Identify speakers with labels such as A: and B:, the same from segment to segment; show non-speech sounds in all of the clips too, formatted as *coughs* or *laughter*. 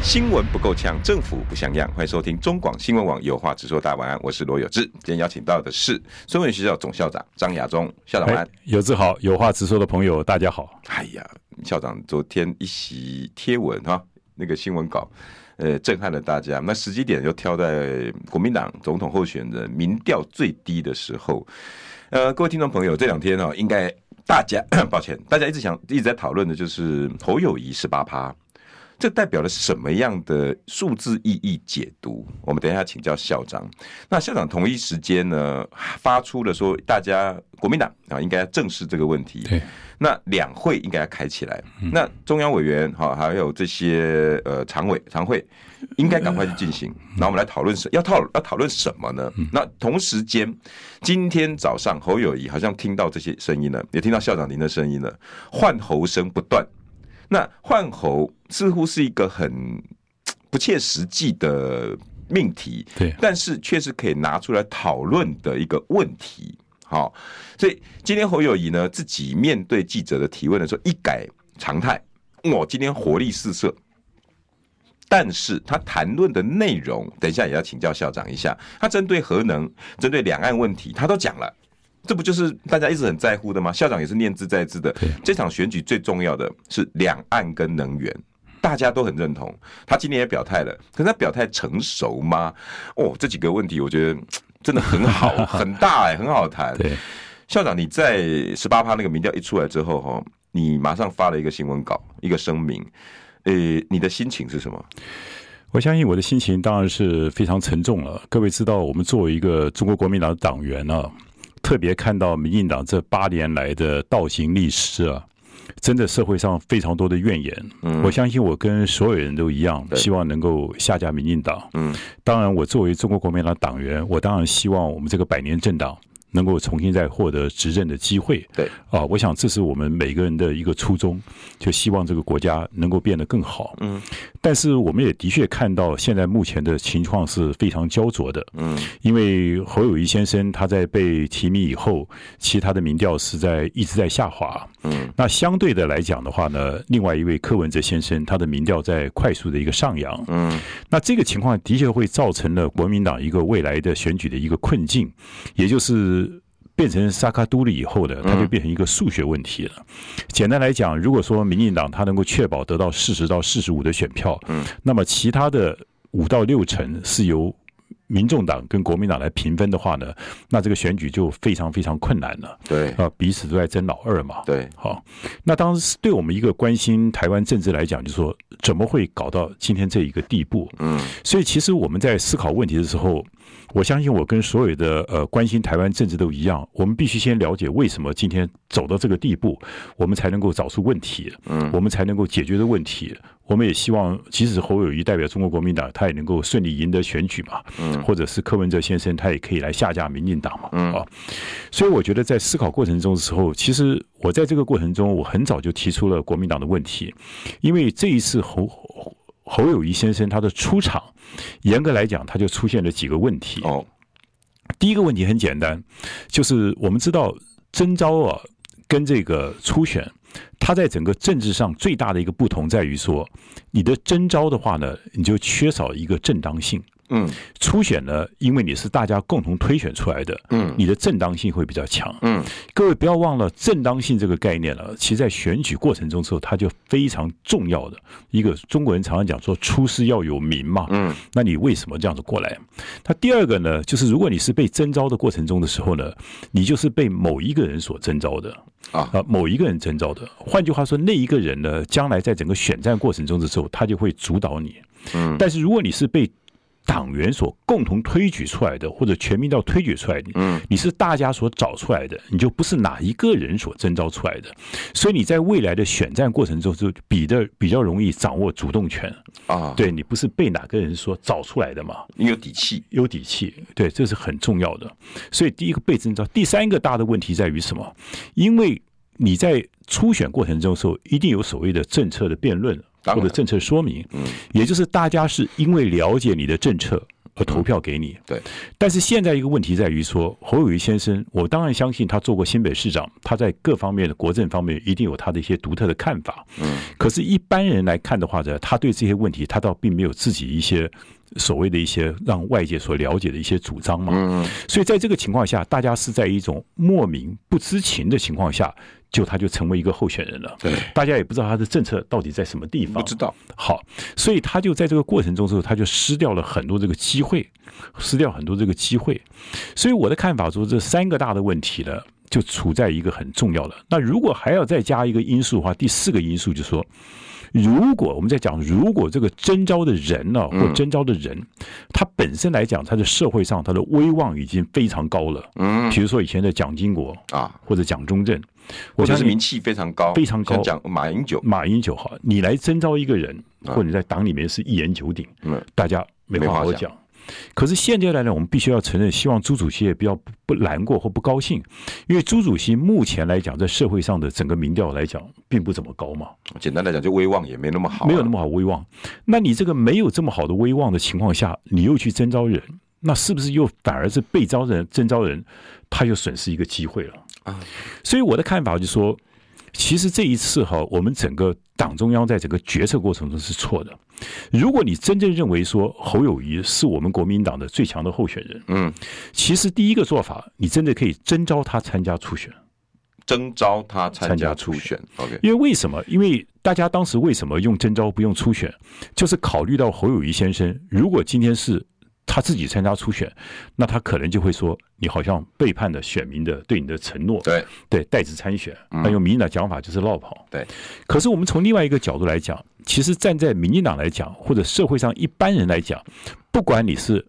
A: 新闻不够呛，政府不像样。欢迎收听中广新闻网有话直说，大家晚安，我是罗有志。今天邀请到的是孙文学校总校长张亚中校长晚安。
B: 哎有志好，有话直说的朋友，大家好。
A: 哎呀，校长昨天一席贴文哈，那个新闻稿，呃，震撼了大家。那时机点又挑在国民党总统候选人民调最低的时候。呃，各位听众朋友，这两天哦，应该大家 *coughs* 抱歉，大家一直想一直在讨论的就是侯友谊十八趴，这代表了什么样的数字意义解读？我们等一下请教校长。那校长同一时间呢，发出了说，大家国民党啊，应该正视这个问题。
B: 对，
A: 那两会应该要开起来，那中央委员哈、还有这些呃常委常会，应该赶快去进行。那我们来讨论什要讨要讨论什么呢？那同时间，今天早上侯友谊好像听到这些声音了，也听到校长您的声音了，换猴声不断。那换猴似乎是一个很嘖不切实际的命题，
B: 对
A: 但是却是可以拿出来讨论的一个问题。好，所以今天侯友谊呢自己面对记者的提问的时候，一改常态，我今天活力四射。但是他谈论的内容，等一下也要请教校长一下。他针对核能、针对两岸问题，他都讲了，这不就是大家一直很在乎的吗？校长也是念兹在兹的。这场选举最重要的是两岸跟能源，大家都很认同。他今年也表态了，可是他表态成熟吗？哦，这几个问题我觉得真的很
B: *laughs*
A: 好，很大哎、很好谈。
B: 对，
A: 校长，你在十八趴那个民调一出来之后，哈，你马上发了一个新闻稿，一个声明。呃，你的心情是什么？
B: 我相信我的心情当然是非常沉重了。各位知道，我们作为一个中国国民党的党员啊，特别看到民进党这八年来的倒行逆施啊，真的社会上非常多的怨言。
A: 嗯
B: 我相信我跟所有人都一样，
A: 对
B: 希望能够下架民进党。
A: 嗯，
B: 当然，我作为中国国民党党员，我当然希望我们这个百年政党能够重新再获得执政的机会。
A: 对，
B: 啊，我想这是我们每个人的一个初衷，就希望这个国家能够变得更好。
A: 嗯，
B: 但是我们也的确看到，现在目前的情况是非常焦灼的。
A: 嗯，
B: 因为侯友谊先生他在被提名以后，其实他的民调是在一直在下滑。
A: 嗯，
B: 那相对的来讲的话呢，另外一位柯文哲先生他的民调在快速的一个上扬。
A: 嗯，
B: 那这个情况的确会造成了国民党一个未来的选举的一个困境，也就是。变成萨卡都里以后
A: 嗯
B: 呢，它就变成一个数学问题了。简单来讲，如果说民进党它能够确保得到四十到四十五的选票，
A: 嗯，
B: 那么其他的五到六成是由民众党跟国民党来平分的话呢，那这个选举就非常非常困难了。
A: 对
B: 啊，彼此都在争老二嘛。
A: 对，
B: 好，那当时对我们一个关心台湾政治来讲，就说怎么会搞到今天这一个地步？
A: 嗯
B: 所以其实我们在思考问题的时候，我相信我跟所有的呃关心台湾政治都一样，我们必须先了解为什么今天走到这个地步，我们才能够找出问题，
A: 嗯，
B: 我们才能够解决的问题。我们也希望，即使侯友谊代表中国国民党，他也能够顺利赢得选举嘛，
A: 嗯
B: 或者是柯文哲先生，他也可以来下架民进党嘛，
A: 嗯
B: 啊，所以我觉得在思考过程中的时候，其实我在这个过程中，我很早就提出了国民党的问题，因为这一次侯侯侯友谊先生他的出场，严格来讲，他就出现了几个问题。
A: 哦，
B: 第一个问题很简单，就是我们知道征召啊跟这个初选，它在整个政治上最大的一个不同在于说，你的征召的话呢，你就缺少一个正当性。
A: 嗯
B: 初选呢，因为你是大家共同推选出来的，
A: 嗯
B: 你的正当性会比较强。
A: 嗯
B: 各位不要忘了正当性这个概念了，其实在选举过程中之后，它就非常重要的一个中国人常常讲说出师要有名嘛，
A: 嗯
B: 那你为什么这样子过来？那第二个呢，就是如果你是被征召的过程中的时候呢，你就是被某一个人所征召的
A: 啊
B: 啊，某一个人征召的。换句话说，那一个人呢，将来在整个选战过程中的时候，他就会主导你。
A: 嗯
B: 但是如果你是被党员所共同推举出来的，或者全民到推举出来的，
A: 嗯，
B: 你是大家所找出来的，你就不是哪一个人所征召出来的，所以你在未来的选战过程中就比的比较容易掌握主动权，
A: 啊，，
B: 对你不是被哪个人所找出来的嘛，
A: 你有底气，
B: 有底气，对，这是很重要的。所以第一个被征召，第三个大的问题在于什么？因为你在初选过程中的时候，一定有所谓的政策的辩论
A: 当
B: 或
A: 然嗯
B: 者政策说明，也就是大家是因为了解你的政策而投票给你。
A: 对，
B: 但是现在一个问题在于说，侯友谊先生，我当然相信他做过新北市长，他在各方面的国政方面一定有他的一些独特的看法。
A: 嗯，
B: 可是，一般人来看的话呢，他对这些问题，他倒并没有自己一些所谓的一些让外界所了解的一些主张嘛。
A: 嗯，
B: 所以在这个情况下，大家是在一种莫名不知情的情况下，就他就成为一个候选人了。
A: 对，
B: 大家也不知道他的政策到底在什么地方，
A: 不知道，
B: 好，所以他就在这个过程中之后，他就失掉了很多这个机会，失掉很多这个机会。所以我的看法说，这三个大的问题呢，就处在一个很重要的。那如果还要再加一个因素的话，第四个因素就是说，如果我们在讲，如果这个征召的人呢、
A: 嗯
B: 或征召的人，他本身来讲，他的社会上他的威望已经非常高了。
A: 嗯
B: 比如说以前的蒋经国
A: 啊，
B: 或者蒋中正，
A: 或
B: 我
A: 者
B: 相
A: 是
B: 信
A: 名气非常高，
B: 非常高
A: 像讲马英九，
B: 马英九好，你来征召一个人，
A: 啊
B: 或者你在党里面是一言九鼎，
A: 嗯，
B: 大家没话好
A: 没话
B: 讲。可是现阶段呢，我们必须要承认，希望朱主席也不要不不难过或不高兴，因为朱主席目前来讲，在社会上的整个民调来讲，并不怎么高嘛，
A: 简单来讲，就威望也没那么好啊，
B: 没有那么好威望。那你这个没有这么好的威望的情况下，你又去征召人，那是不是又反而是被招人征召人，他又损失一个机会了？
A: 啊，
B: 所以我的看法就是说，其实这一次哈，我们整个党中央在整个决策过程中是错的。如果你真正认为说侯友谊是我们国民党的最强的候选人，
A: 嗯，
B: 其实第一个做法，你真的可以征召他参加初选。
A: 征召他参
B: 参
A: 加
B: 加
A: 初
B: 初
A: 选，OK，
B: 因为为什么？因为大家当时为什么用征召不用初选，就是考虑到侯友谊先生，如果今天是他自己参加初选，那他可能就会说你好像背叛了选民的对你的承诺，
A: 对，
B: 对代职参选，
A: 嗯
B: 那用民进党讲法就是落跑。
A: 对，
B: 可是我们从另外一个角度来讲，其实站在民进党来讲，或者社会上一般人来讲，不管你是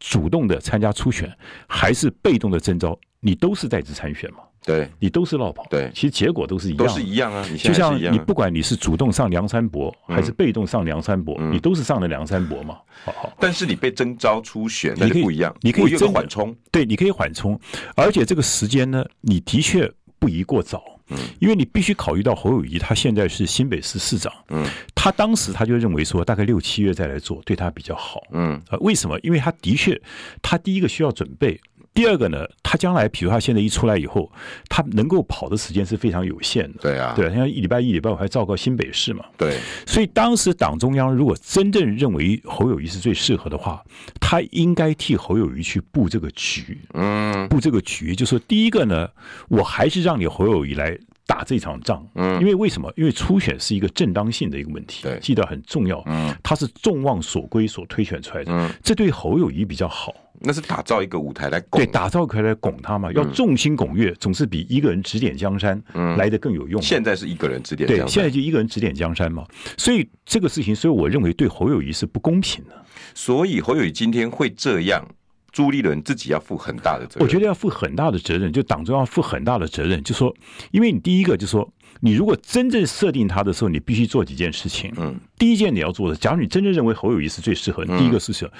B: 主动的参加初选，还是被动的征召，你都是代职参选嘛，
A: 对，
B: 你都是落跑。
A: 对
B: 其实结果都是一样
A: 都
B: 的，
A: 是一样啊，你
B: 就
A: 现在还
B: 像
A: 是一样
B: 你
A: 啊，
B: 不管你是主动上梁山伯，还是被动上梁山伯，
A: 嗯
B: 你都是上了梁山伯嘛。好好。
A: 但是你被征召初选，那
B: 你可
A: 就
B: 以
A: 不一样，
B: 你可以
A: 我有个
B: 真的
A: 缓冲，
B: 对，你可以缓冲，而且这个时间呢，你的确不宜过早，
A: 嗯
B: 因为你必须考虑到侯友谊他现在是新北市市长，
A: 嗯，
B: 他当时他就认为说大概六七月再来做对他比较好，
A: 嗯
B: 呃，为什么？因为他的确，他第一个需要准备，第二个呢，他将来比如他现在一出来以后，他能够跑的时间是非常有限的，
A: 对啊，
B: 对，像一礼拜一礼拜我还照顾新北市嘛，
A: 对，
B: 所以当时党中央如果真正认为侯友谊是最适合的话，他应该替侯友谊去布这个局，
A: 嗯
B: 布这个局，就说第一个呢，我还是让你侯友谊来打这场仗，
A: 嗯
B: 因为为什么？因为初选是一个正当性的一个问题
A: 对，
B: 记得很重要，
A: 嗯
B: 他是众望所归所推选出来的，
A: 嗯，
B: 这对侯友谊比较好，
A: 那是打造一个舞台来拱嗯
B: 对，，打造出来拱他嘛，要众星拱月，总是比一个人指点江山来的更有用嘛。
A: 现在是一个人指点这
B: 对，
A: 样子
B: 现在就一个人指点江山嘛，所以这个事情，所以我认为对侯友谊是不公平的。
A: 所以侯友宜今天会这样，朱立伦自己要负很大的责任。
B: 我觉得要负很大的责任，就党中央负很大的责任，就说，因为你第一个就说，你如果真正设定他的时候，你必须做几件事情。
A: 嗯，
B: 第一件你要做的，假如你真正认为侯友谊是最适合，你第一个是什么？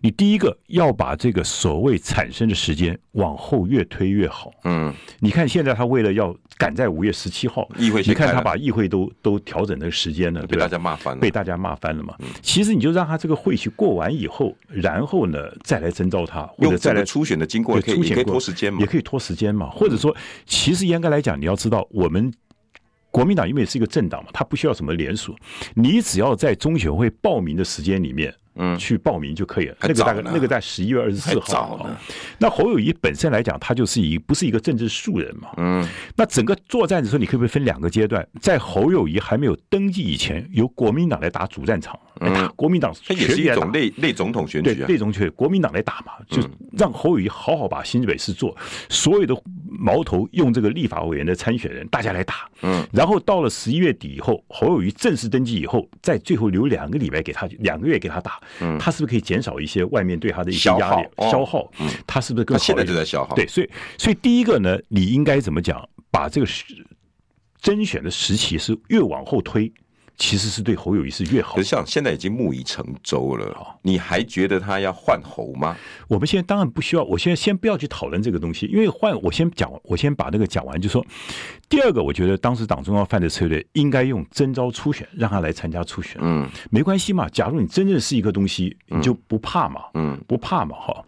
B: 你第一个要把这个所谓产生的时间往后越推越好。
A: 嗯，
B: 你看现在他为了要赶在五月十七号，
A: 议会先
B: 你看
A: 开
B: 他
A: 了
B: 把议会都都调整那个时间了，
A: 被
B: 对吧
A: 大？家骂翻了。
B: 被大家骂翻了
A: 嗯
B: 嘛。其实你就让他这个会期过完以后，然后呢再来征召他，或
A: 用
B: 者再
A: 这
B: 来
A: 个初选的经过
B: 对
A: 可以
B: 初
A: 也
B: 选
A: 可以
B: 过
A: 拖时间嘛嗯
B: 也？可以拖时间嘛。或者说，其实严格来讲，你要知道我们。国民党因为是一个政党嘛，它不需要什么联署，你只要在中选会报名的时间里面，
A: 嗯
B: 去报名就可以了。
A: 还
B: 那个大
A: 早
B: 概
A: 呢
B: 那个在十一月二十四
A: 还早
B: 号
A: 呢
B: 啊。那侯友谊本身来讲，他就是一不是一个政治素人嘛，
A: 嗯，
B: 那整个作战的时候，你可不可以分两个阶段？在侯友谊还没有登记以前，由国民党来打主战场，来打国民党
A: 那
B: 全
A: 嗯也是一
B: 力来打
A: 种类类总统选
B: 对
A: 举啊。
B: 那种去国民党来打嘛，就让侯友谊好好把新北市做，所有的矛头用这个立法委员的参选人，大家来打。
A: 嗯，
B: 然后到了十一月底以后，侯友谊正式登记以后，在最后留两个礼拜给他，两个月给他打，
A: 嗯
B: 他是不是可以减少一些外面对他的一些
A: 消
B: 压力
A: 耗哦
B: 消耗？他是不是
A: 他
B: 更好一
A: 现
B: 点？
A: 在就在消耗。
B: 对，，所以所以第一个呢，你应该怎么讲？把这个时甄选的时期是越往后推，其实是对侯友谊是越好
A: 可是。像现在已经木已成舟了
B: 好，
A: 你还觉得他要换猴吗？
B: 我们现在当然不需要，我现在先不要去讨论这个东西，因为换我先讲，我先把那个讲完，就说第二个，我觉得当时党中央犯的策略应该用征召初选，让他来参加初选，
A: 嗯
B: 没关系嘛。假如你真正是一个东西，你就不怕嘛，
A: 嗯
B: 不怕嘛，哈。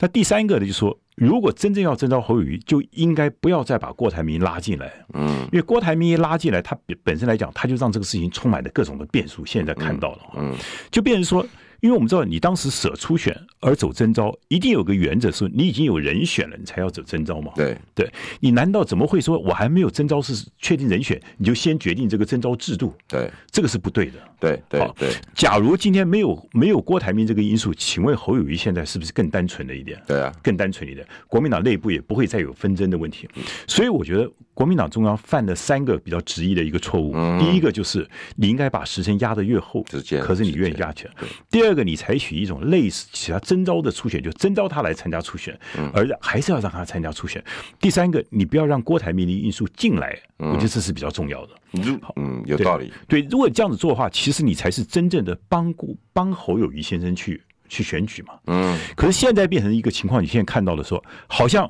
B: 那第三个呢，就说如果真正要征召侯友谊，就应该不要再把郭台铭拉进来，
A: 嗯
B: 因为郭台铭一拉进来，他本本身来讲，他就让这个事情充满了各种的变数。现在看到了，
A: 嗯，
B: 就变成说，因为我们知道你当时舍初选而走征召，一定有个原则是，你已经有人选了，你才要走征召嘛。
A: 对，
B: 对，你难道怎么会说我还没有征召是确定人选，你就先决定这个征召制度？
A: 对
B: 这个是不对的。
A: 对对
B: 好
A: 对
B: 假如今天没有没有郭台铭这个因素，请问侯友谊现在是不是更单纯了一点？
A: 对啊，
B: 更单纯一点，国民党内部也不会再有纷争的问题。所以我觉得国民党中央犯了三个比较直译的一个错误。第一个就是你应该把时辰压得越后
A: 直接，
B: 嗯可是你愿意压起来。第二个，你采取一种类似其他征召的初选，就征召他来参加初选，而还是要让他参加初选。第三个，你不要让郭台铭的因素进来，我觉得这是比较重要的。
A: 你就嗯有道理，
B: 对，如果这样子做的话，其实你才是真正的帮顾帮侯友谊先生去去选举嘛。
A: 嗯
B: 可是现在变成一个情况，你现在看到的说，好像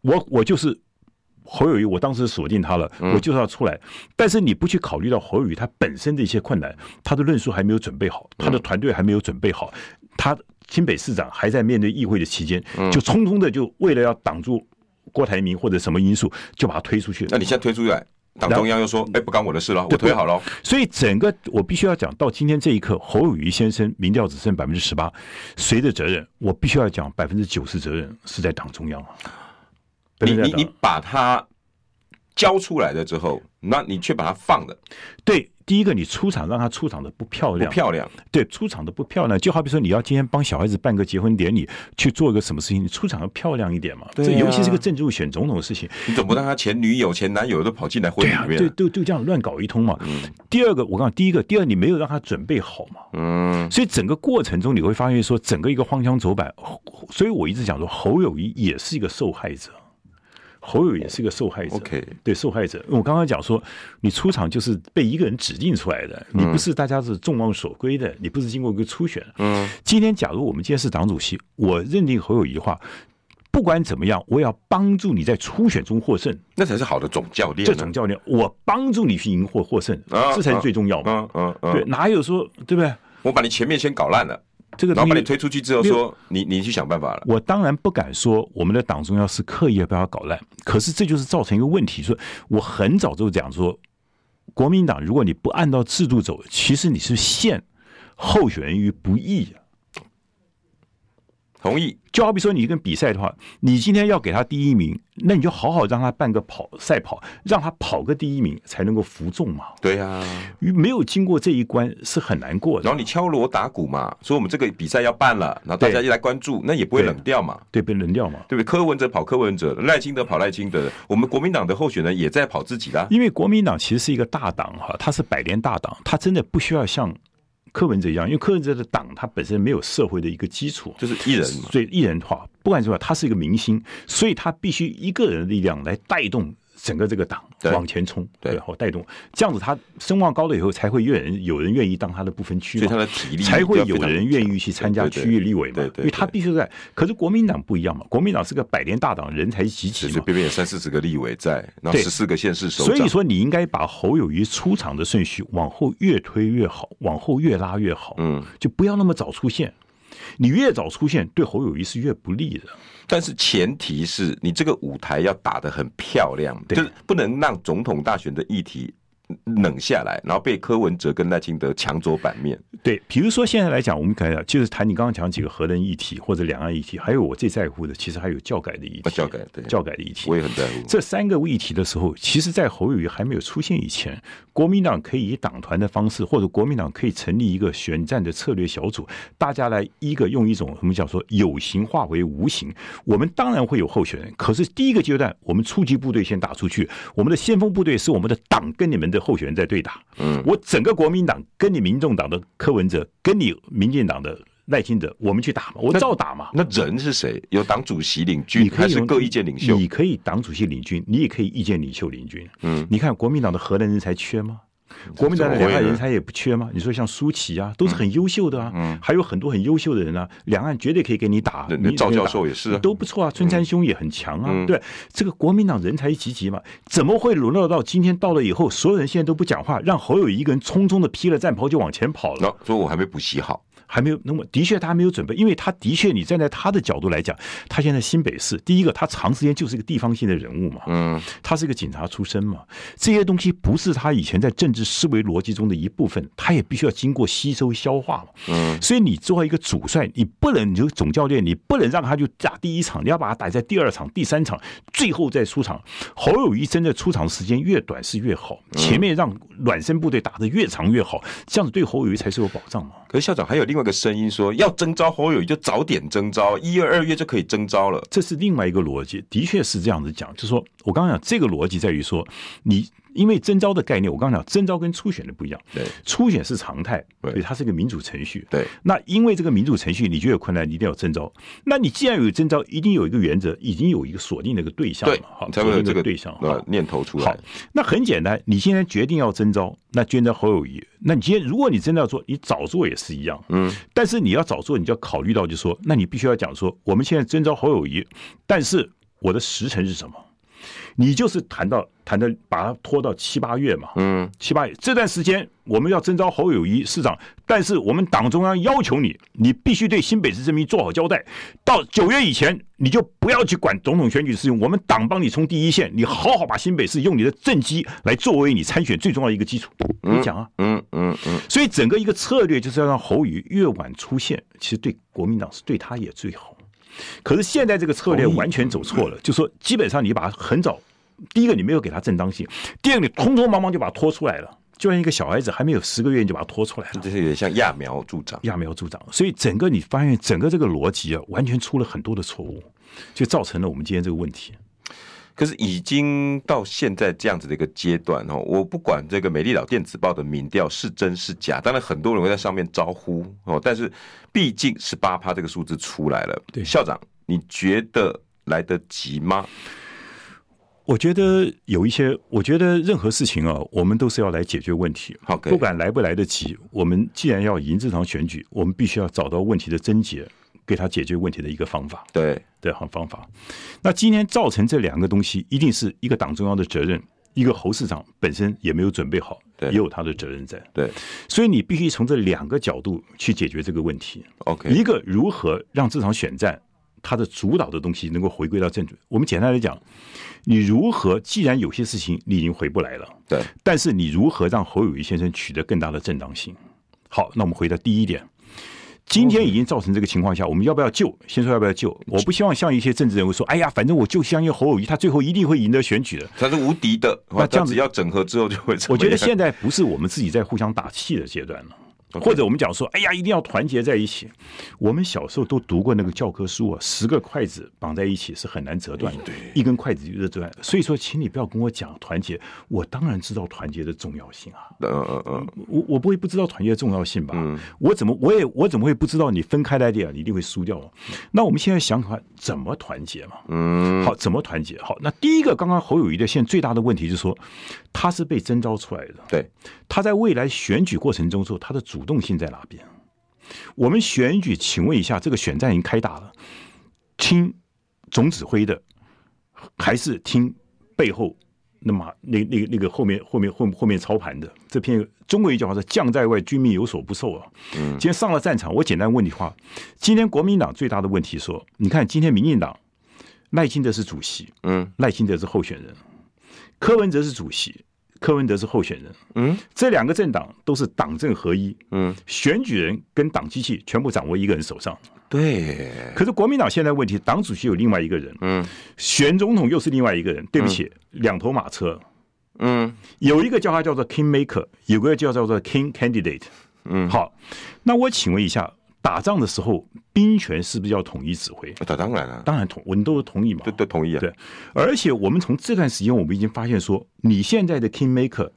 B: 我我就是侯友谊，我当时锁定他了，我就是要出来。但是你不去考虑到侯友谊他本身的一些困难，他的论述还没有准备好，他的团队还没有准备好，他新北市长还在面对议会的期间，就匆匆的就为了要挡住郭台铭或者什么因素，就把他推出去。
A: 那你现在推出来，党中央又说，哎，不干我的事了，我
B: 对
A: 推好了，
B: 所以整个我必须要讲到今天这一刻，侯友谊先生民调只剩百分之十八，谁的责任？我必须要讲百分之九十责任是在党中央啊。
A: 你
B: 对不对
A: 你你把它交出来了之后，那你却把它放的
B: 对第一个，你出场让他出场的不漂
A: 不
B: 亮，
A: 漂亮，
B: 对出场的不漂亮，就好比说你要今天帮小孩子办个结婚典礼，去做个什么事情，你出场要漂亮一点嘛。
A: 对啊
B: 这尤其是个政治务选总统的事情，
A: 你怎么让他前女友、前男友都跑进来婚
B: 对
A: 礼
B: 啊，
A: 里面
B: 对
A: 了？
B: 对，就这样乱搞一通嘛。第二个，我刚第一个，第二你没有让他准备好嘛。
A: 嗯
B: 所以整个过程中，你会发现说，整个一个荒腔走板。吼所以我一直讲说，侯友谊也是一个受害者，侯友谊也是一个受害者。
A: ，OK，
B: 对受害者，我刚刚讲说，你出场就是被一个人指定出来的，
A: 嗯
B: 你不是大家是众望所归的，你不是经过一个初选。
A: 嗯，
B: 今天假如我们今天是党主席，我认定侯友谊的话，不管怎么样，我要帮助你在初选中获胜。
A: 那才是好的总教练
B: 这
A: 呢。
B: 种教练，我帮助你去赢获获胜，
A: 啊
B: 这才是最重要嘛。
A: 嗯嗯嗯，
B: 对，哪有说对不对？
A: 我把你前面先搞烂了，
B: 这个
A: 然后
B: 东
A: 把
B: 西
A: 你推出去之后说，你你去想办法了。
B: 我当然不敢说我们的党中央是刻意要把它搞烂，可是这就是造成一个问题。说我很早就讲说，国民党如果你不按照制度走，其实你是陷候选人于不义啊。
A: 同意，
B: 就好比说你跟比赛的话，你今天要给他第一名，那你就好好让他办个跑赛跑，让他跑个第一名才能够服众嘛。
A: 对呀、
B: 没有经过这一关是很难过的
A: 然。后你敲锣打鼓嘛，说我们这个比赛要办了，然后大家
B: 对
A: 一来关注，那也不会冷掉嘛，
B: 对，被冷掉嘛。
A: 对不对？柯文哲跑柯文哲，赖清德跑赖清德，我们国民党的候选人也在跑自己啊啦。
B: 因为国民党其实是一个大党哈，它是百年大党，它真的不需要像柯文哲一样，因为柯文哲的党它本身没有社会的一个基础，
A: 就是一人嘛，
B: 所以一人化，不管怎么样，他是一个明星，所以他必须一个人的力量来带动。整个这个党
A: 对
B: 往前冲，
A: 对
B: 然后带动，这样子他声望高了以后，才会有人有人愿意当他的不分区
A: 所以他
B: 嘛，
A: 的体力
B: 才会有
A: 要非常
B: 人愿意去参加
A: 对对
B: 区域立委嘛
A: 对对，对
B: 因为他必须在。可是国民党不一样嘛，国民党是个百年大党，人才济济
A: 随
B: 嘛
A: 随，便便有三四十个立委在，然后
B: 对
A: 十四个县市首
B: 所
A: 长
B: 以，说，你应该把侯友谊出场的顺序往后越推越好，往后越拉越好，
A: 嗯，
B: 就不要那么早出现。你越早出现，对侯友谊是越不利的。
A: 但是前提是你这个舞台要打得很漂亮，
B: 对
A: 就是不能让总统大选的议题冷下来，然后被柯文哲跟赖清德抢走版面。
B: 对，比如说现在来讲，我们可以讲就是谈你刚刚讲几个核能议题或者两岸议题，还有我最在乎的，其实还有教改的议
A: 啊
B: 题，
A: 教改对
B: 教改的议题
A: 我。也很在乎。
B: *laughs* 这三个议题的时候，其实，在侯友谊还没有出现以前，国民党可以以党团的方式，或者国民党可以成立一个选战的策略小组，大家来一个用一种我们讲说有形化为无形。我们当然会有候选人，可是第一个阶段，我们初级部队先打出去，我们的先锋部队是我们的党跟你们的候选人在对打。
A: 嗯，
B: 我整个国民党跟你民众党的柯文哲，跟你民进党的赖清德，我们去打嘛，我照打嘛。
A: 那人是谁？有党主席领
B: 你
A: 军，
B: 可
A: 还
B: 以
A: 是
B: 用
A: 各意见领袖？
B: 你可以党主席领军，你也可以意见领袖领军。
A: 嗯，
B: 你看国民党的河南人才缺吗？国民党的
A: 怎么
B: 两
A: 会
B: 岸
A: 呢嗯
B: 人才也不缺吗？你说像舒淇啊，都是很优秀的啊，还有很多很优秀的人啊，两岸绝对可以给你打
A: 那。
B: 你
A: 那赵教授
B: 你打
A: 也是啊
B: 都不错啊，孙山兄也很强啊。
A: 嗯
B: 对，这个国民党人才济济嘛，怎么会沦落到今天到了以后，所有人现在都不讲话，让侯友宜一个人匆匆的披了战袍就往前跑了
A: 那？所以我还没补习好。
B: 还没有那么，的确他没有准备，因为他的确，你站在他的角度来讲，他现在新北市第一个，他长时间就是一个地方性的人物嘛，
A: 嗯，
B: 他是一个警察出身嘛，这些东西不是他以前在政治思维逻辑中的一部分，他也必须要经过吸收消化嘛。
A: 嗯，
B: 所以你作为一个主帅，你不能你就总教练，你不能让他就打第一场，你要把他打在第二场、第三场，最后再出场。侯友谊真的出场时间越短是越好，前面让暖身部队打得越长越好，这样子对侯友谊才是有保障嘛。
A: 可是校长还有另外一个声音说，要征召侯友谊就早点征召，一月、二月就可以征召了。
B: 这是另外一个逻辑，的确是这样子讲。就是说我刚刚讲这个逻辑在于说，你因为征招的概念，我刚刚讲征招跟初选的不一样，
A: 对
B: 初选是常态，
A: 对
B: 所以它是一个民主程序。
A: 对，
B: 那因为这个民主程序，你就有困难，你一定要有征招。那你既然有征招，一定有一个原则，已经有一个锁定的一个对象
A: 对
B: 嘛，好，，
A: 才会有
B: 锁定
A: 这
B: 的
A: 个
B: 对象。
A: 呃
B: 好，
A: 念头出
B: 好
A: 来。，
B: 那很简单，你现在决定要征招，那捐招侯友谊。那你今天如果你真的要做，你早做也是一样。
A: 嗯，
B: 但是你要早做，你就要考虑到，就说，那你必须要讲说，我们现在征召侯友谊，但是我的时辰是什么？你就是谈到谈的，把它拖到七八月嘛，
A: 嗯，
B: 七八月这段时间我们要征召侯友谊市长，但是我们党中央要求你，你必须对新北市人民做好交代，到九月以前你就不要去管总统选举的事情，我们党帮你冲第一线，你好好把新北市用你的政绩来作为你参选最重要的一个基础。你讲啊，
A: 嗯嗯嗯，
B: 所以整个一个策略就是要让侯宇越晚出现，其实对国民党是对他也最好。可是现在这个策略
A: 同意
B: 完全走错了，就说基本上你把他很早，第一个你没有给他正当性，第二个你匆匆忙忙就把他拖出来了，就像一个小孩子还没有十个月你就把他拖出来了。
A: 这是有点像揠苗助长。
B: 揠苗助长，所以整个你发现整个这个逻辑啊，完全出了很多的错误，就造成了我们今天这个问题。
A: 可是已经到现在这样子的一个阶段哦，我不管这个美丽岛电子报的民调是真是假，当然很多人会在上面招呼哦，但是毕竟十八趴这个数字出来了，
B: 对
A: 校长，你觉得来得及吗？
B: 我觉得有一些，我觉得任何事情啊，我们都是要来解决问题。
A: OK
B: 不管来不来得及，我们既然要赢这场选举，我们必须要找到问题的症结，给他解决问题的一个方法，
A: 对，
B: 对，好方法。那今天造成这两个东西，一定是一个党中央的责任，一个侯市长本身也没有准备好，
A: 对
B: 也有他的责任在。
A: 对
B: 所以你必须从这两个角度去解决这个问题。
A: ，OK，
B: 一个如何让这场选战它的主导的东西能够回归到正主。我们简单来讲，你如何既然有些事情你已经回不来了，
A: 对，
B: 但是你如何让侯友谊先生取得更大的正当性？好，那我们回到第一点。今天已经造成这个情况下，我们要不要救？先说要不要救？我不希望像一些政治人物说：“哎呀，反正我就相信侯友谊，他最后一定会赢得选举的。”
A: 它是无敌的，
B: 那这样
A: 它
B: 子
A: 只要整合之后就会成
B: 我觉得
A: 为
B: 现在不是我们自己在互相打气的阶段了。或者我们讲说，哎呀，一定要团结在一起。我们小时候都读过那个教科书啊，十个筷子绑在一起是很难折断的，一根筷子就折断。所以说，请你不要跟我讲团结，我当然知道团结的重要性啊，
A: *laughs* 嗯嗯嗯嗯，
B: 我我不会不知道团结的重要性吧？我怎么我也我怎么会不知道你分开来点，你一定会输掉啊？那我们现在想看怎么团结嘛？
A: 嗯，
B: 好，怎么团结？好，那第一个，刚刚侯友谊的现在最大的问题就是说，他是被征召出来的，
A: 对，
B: 他在未来选举过程中说他的主动性在哪边？我们选举，请问一下，这个选战已经开打了，听总指挥的，还是听背后那么那那个那个后面后面后面后面操盘的？这篇中国一句话是“将在外，军命有所不受”啊。今天上了战场，我简单问你话：今天国民党最大的问题说，你看今天民进党赖清德是主席，
A: 嗯
B: 赖清德是候选人，柯文哲是主席，柯文哲是候选人。
A: 嗯
B: 这两个政党都是党政合一，
A: 嗯，
B: 选举人跟党机器全部掌握一个人手上。
A: 对，
B: 可是国民党现在问题，党主席有另外一个人，
A: 嗯
B: 选总统又是另外一个人。对不起，两头马车。
A: 嗯
B: 有一个叫他叫做 King Maker，有个叫叫做 King Candidate。
A: 嗯，
B: 好，那我请问一下，打仗的时候兵权是不是要统一指挥？
A: 那当然了，
B: 当然同，我们都同意嘛
A: 都。都同意啊，
B: 对而且我们从这段时间，我们已经发现说，你现在的 King Maker，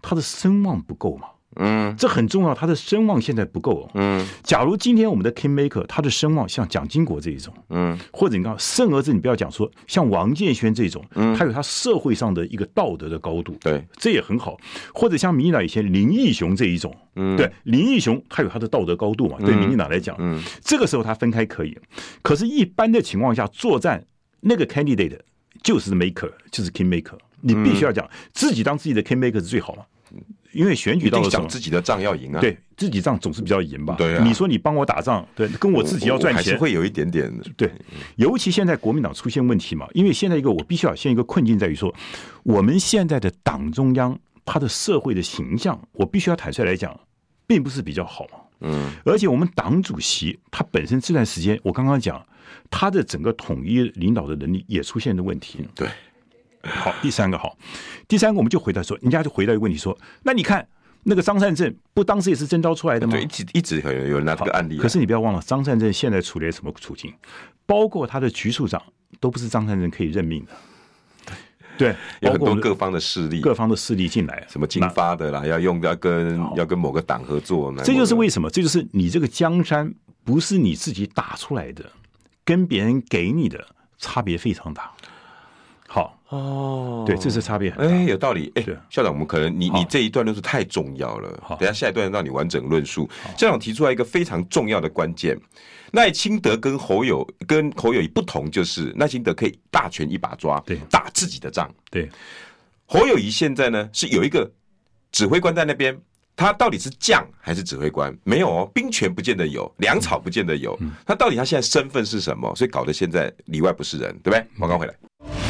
B: 他的声望不够嘛，
A: 嗯
B: 这很重要，他的声望现在不够、哦。
A: 嗯
B: 假如今天我们的 King Maker 他的声望像蒋经国这一种，
A: 嗯
B: 或者你看甚而至你不要讲说像王建轩这种，他有他社会上的一个道德的高度，
A: 对，
B: 这也很好。或者像民进党以前林义雄这一种，
A: 嗯
B: 对林义雄他有他的道德高度嘛，对民进党来讲，
A: 嗯
B: 这个时候他分开可以。可是，一般的情况下，作战那个 candidate 就是 maker，就是 king maker，你必须要
A: 嗯
B: 讲、自己当自己的 king maker 是最好嘛，因为选举
A: 一
B: 到
A: 定
B: 了什
A: 想
B: 么？
A: 自己的仗要赢啊，，
B: 对自己仗总是比较赢吧？
A: 对啊
B: 你说你帮我打仗，对，跟我自己要赚
A: 还是
B: 钱，
A: 会有一点点，
B: 对，
A: 嗯
B: 尤其现在国民党出现问题嘛，因为现在一个我必须要现一个困境在于说，我们现在的党中央它的社会的形象，我必须要坦率来讲，并不是比较好嘛。
A: 嗯
B: 而且我们党主席他本身这段时间，我刚刚讲他的整个统一领导的能力也出现了问题。
A: 对，
B: 好，第三个好，第三个我们就回答说，人家就回答一个问题说，那你看那个张善政不当时也是征召出来的吗
A: 对，？一直一直有人有人拿这个案例啊，
B: 可是你不要忘了，张善政现在处于什么处境？包括他的局处长都不是张善政可以任命的，对，
A: 有
B: 包
A: 很
B: 括
A: 多各方的势力，
B: 各方的势力进来，啊
A: 什么金
B: 那
A: 发的啦，要用要跟要跟某个党合作，那
B: 这就是
A: 某个
B: 为什么，这就是你这个江山不是你自己打出来的，跟别人给你的差别非常大。好，
A: 哦，
B: 对，这是差别很大。
A: 哎，有道理。哎
B: 对，
A: 校长，我们可能你
B: 好
A: 你这一段论述太重要了
B: 好，
A: 等一下下一段让你完整论述。校长提出来一个非常重要的关键，赖清德跟侯友跟侯友宜不同，就是赖清德可以大权一把抓，
B: 对
A: 打自己的仗。
B: 对，
A: 侯友宜现在呢是有一个指挥官在那边，他到底是将还是指挥官？没有哦，兵权不见得有，粮草不见得有，他到底他现在身份是什么？所以搞得现在里外不是人，对不对？广告回来，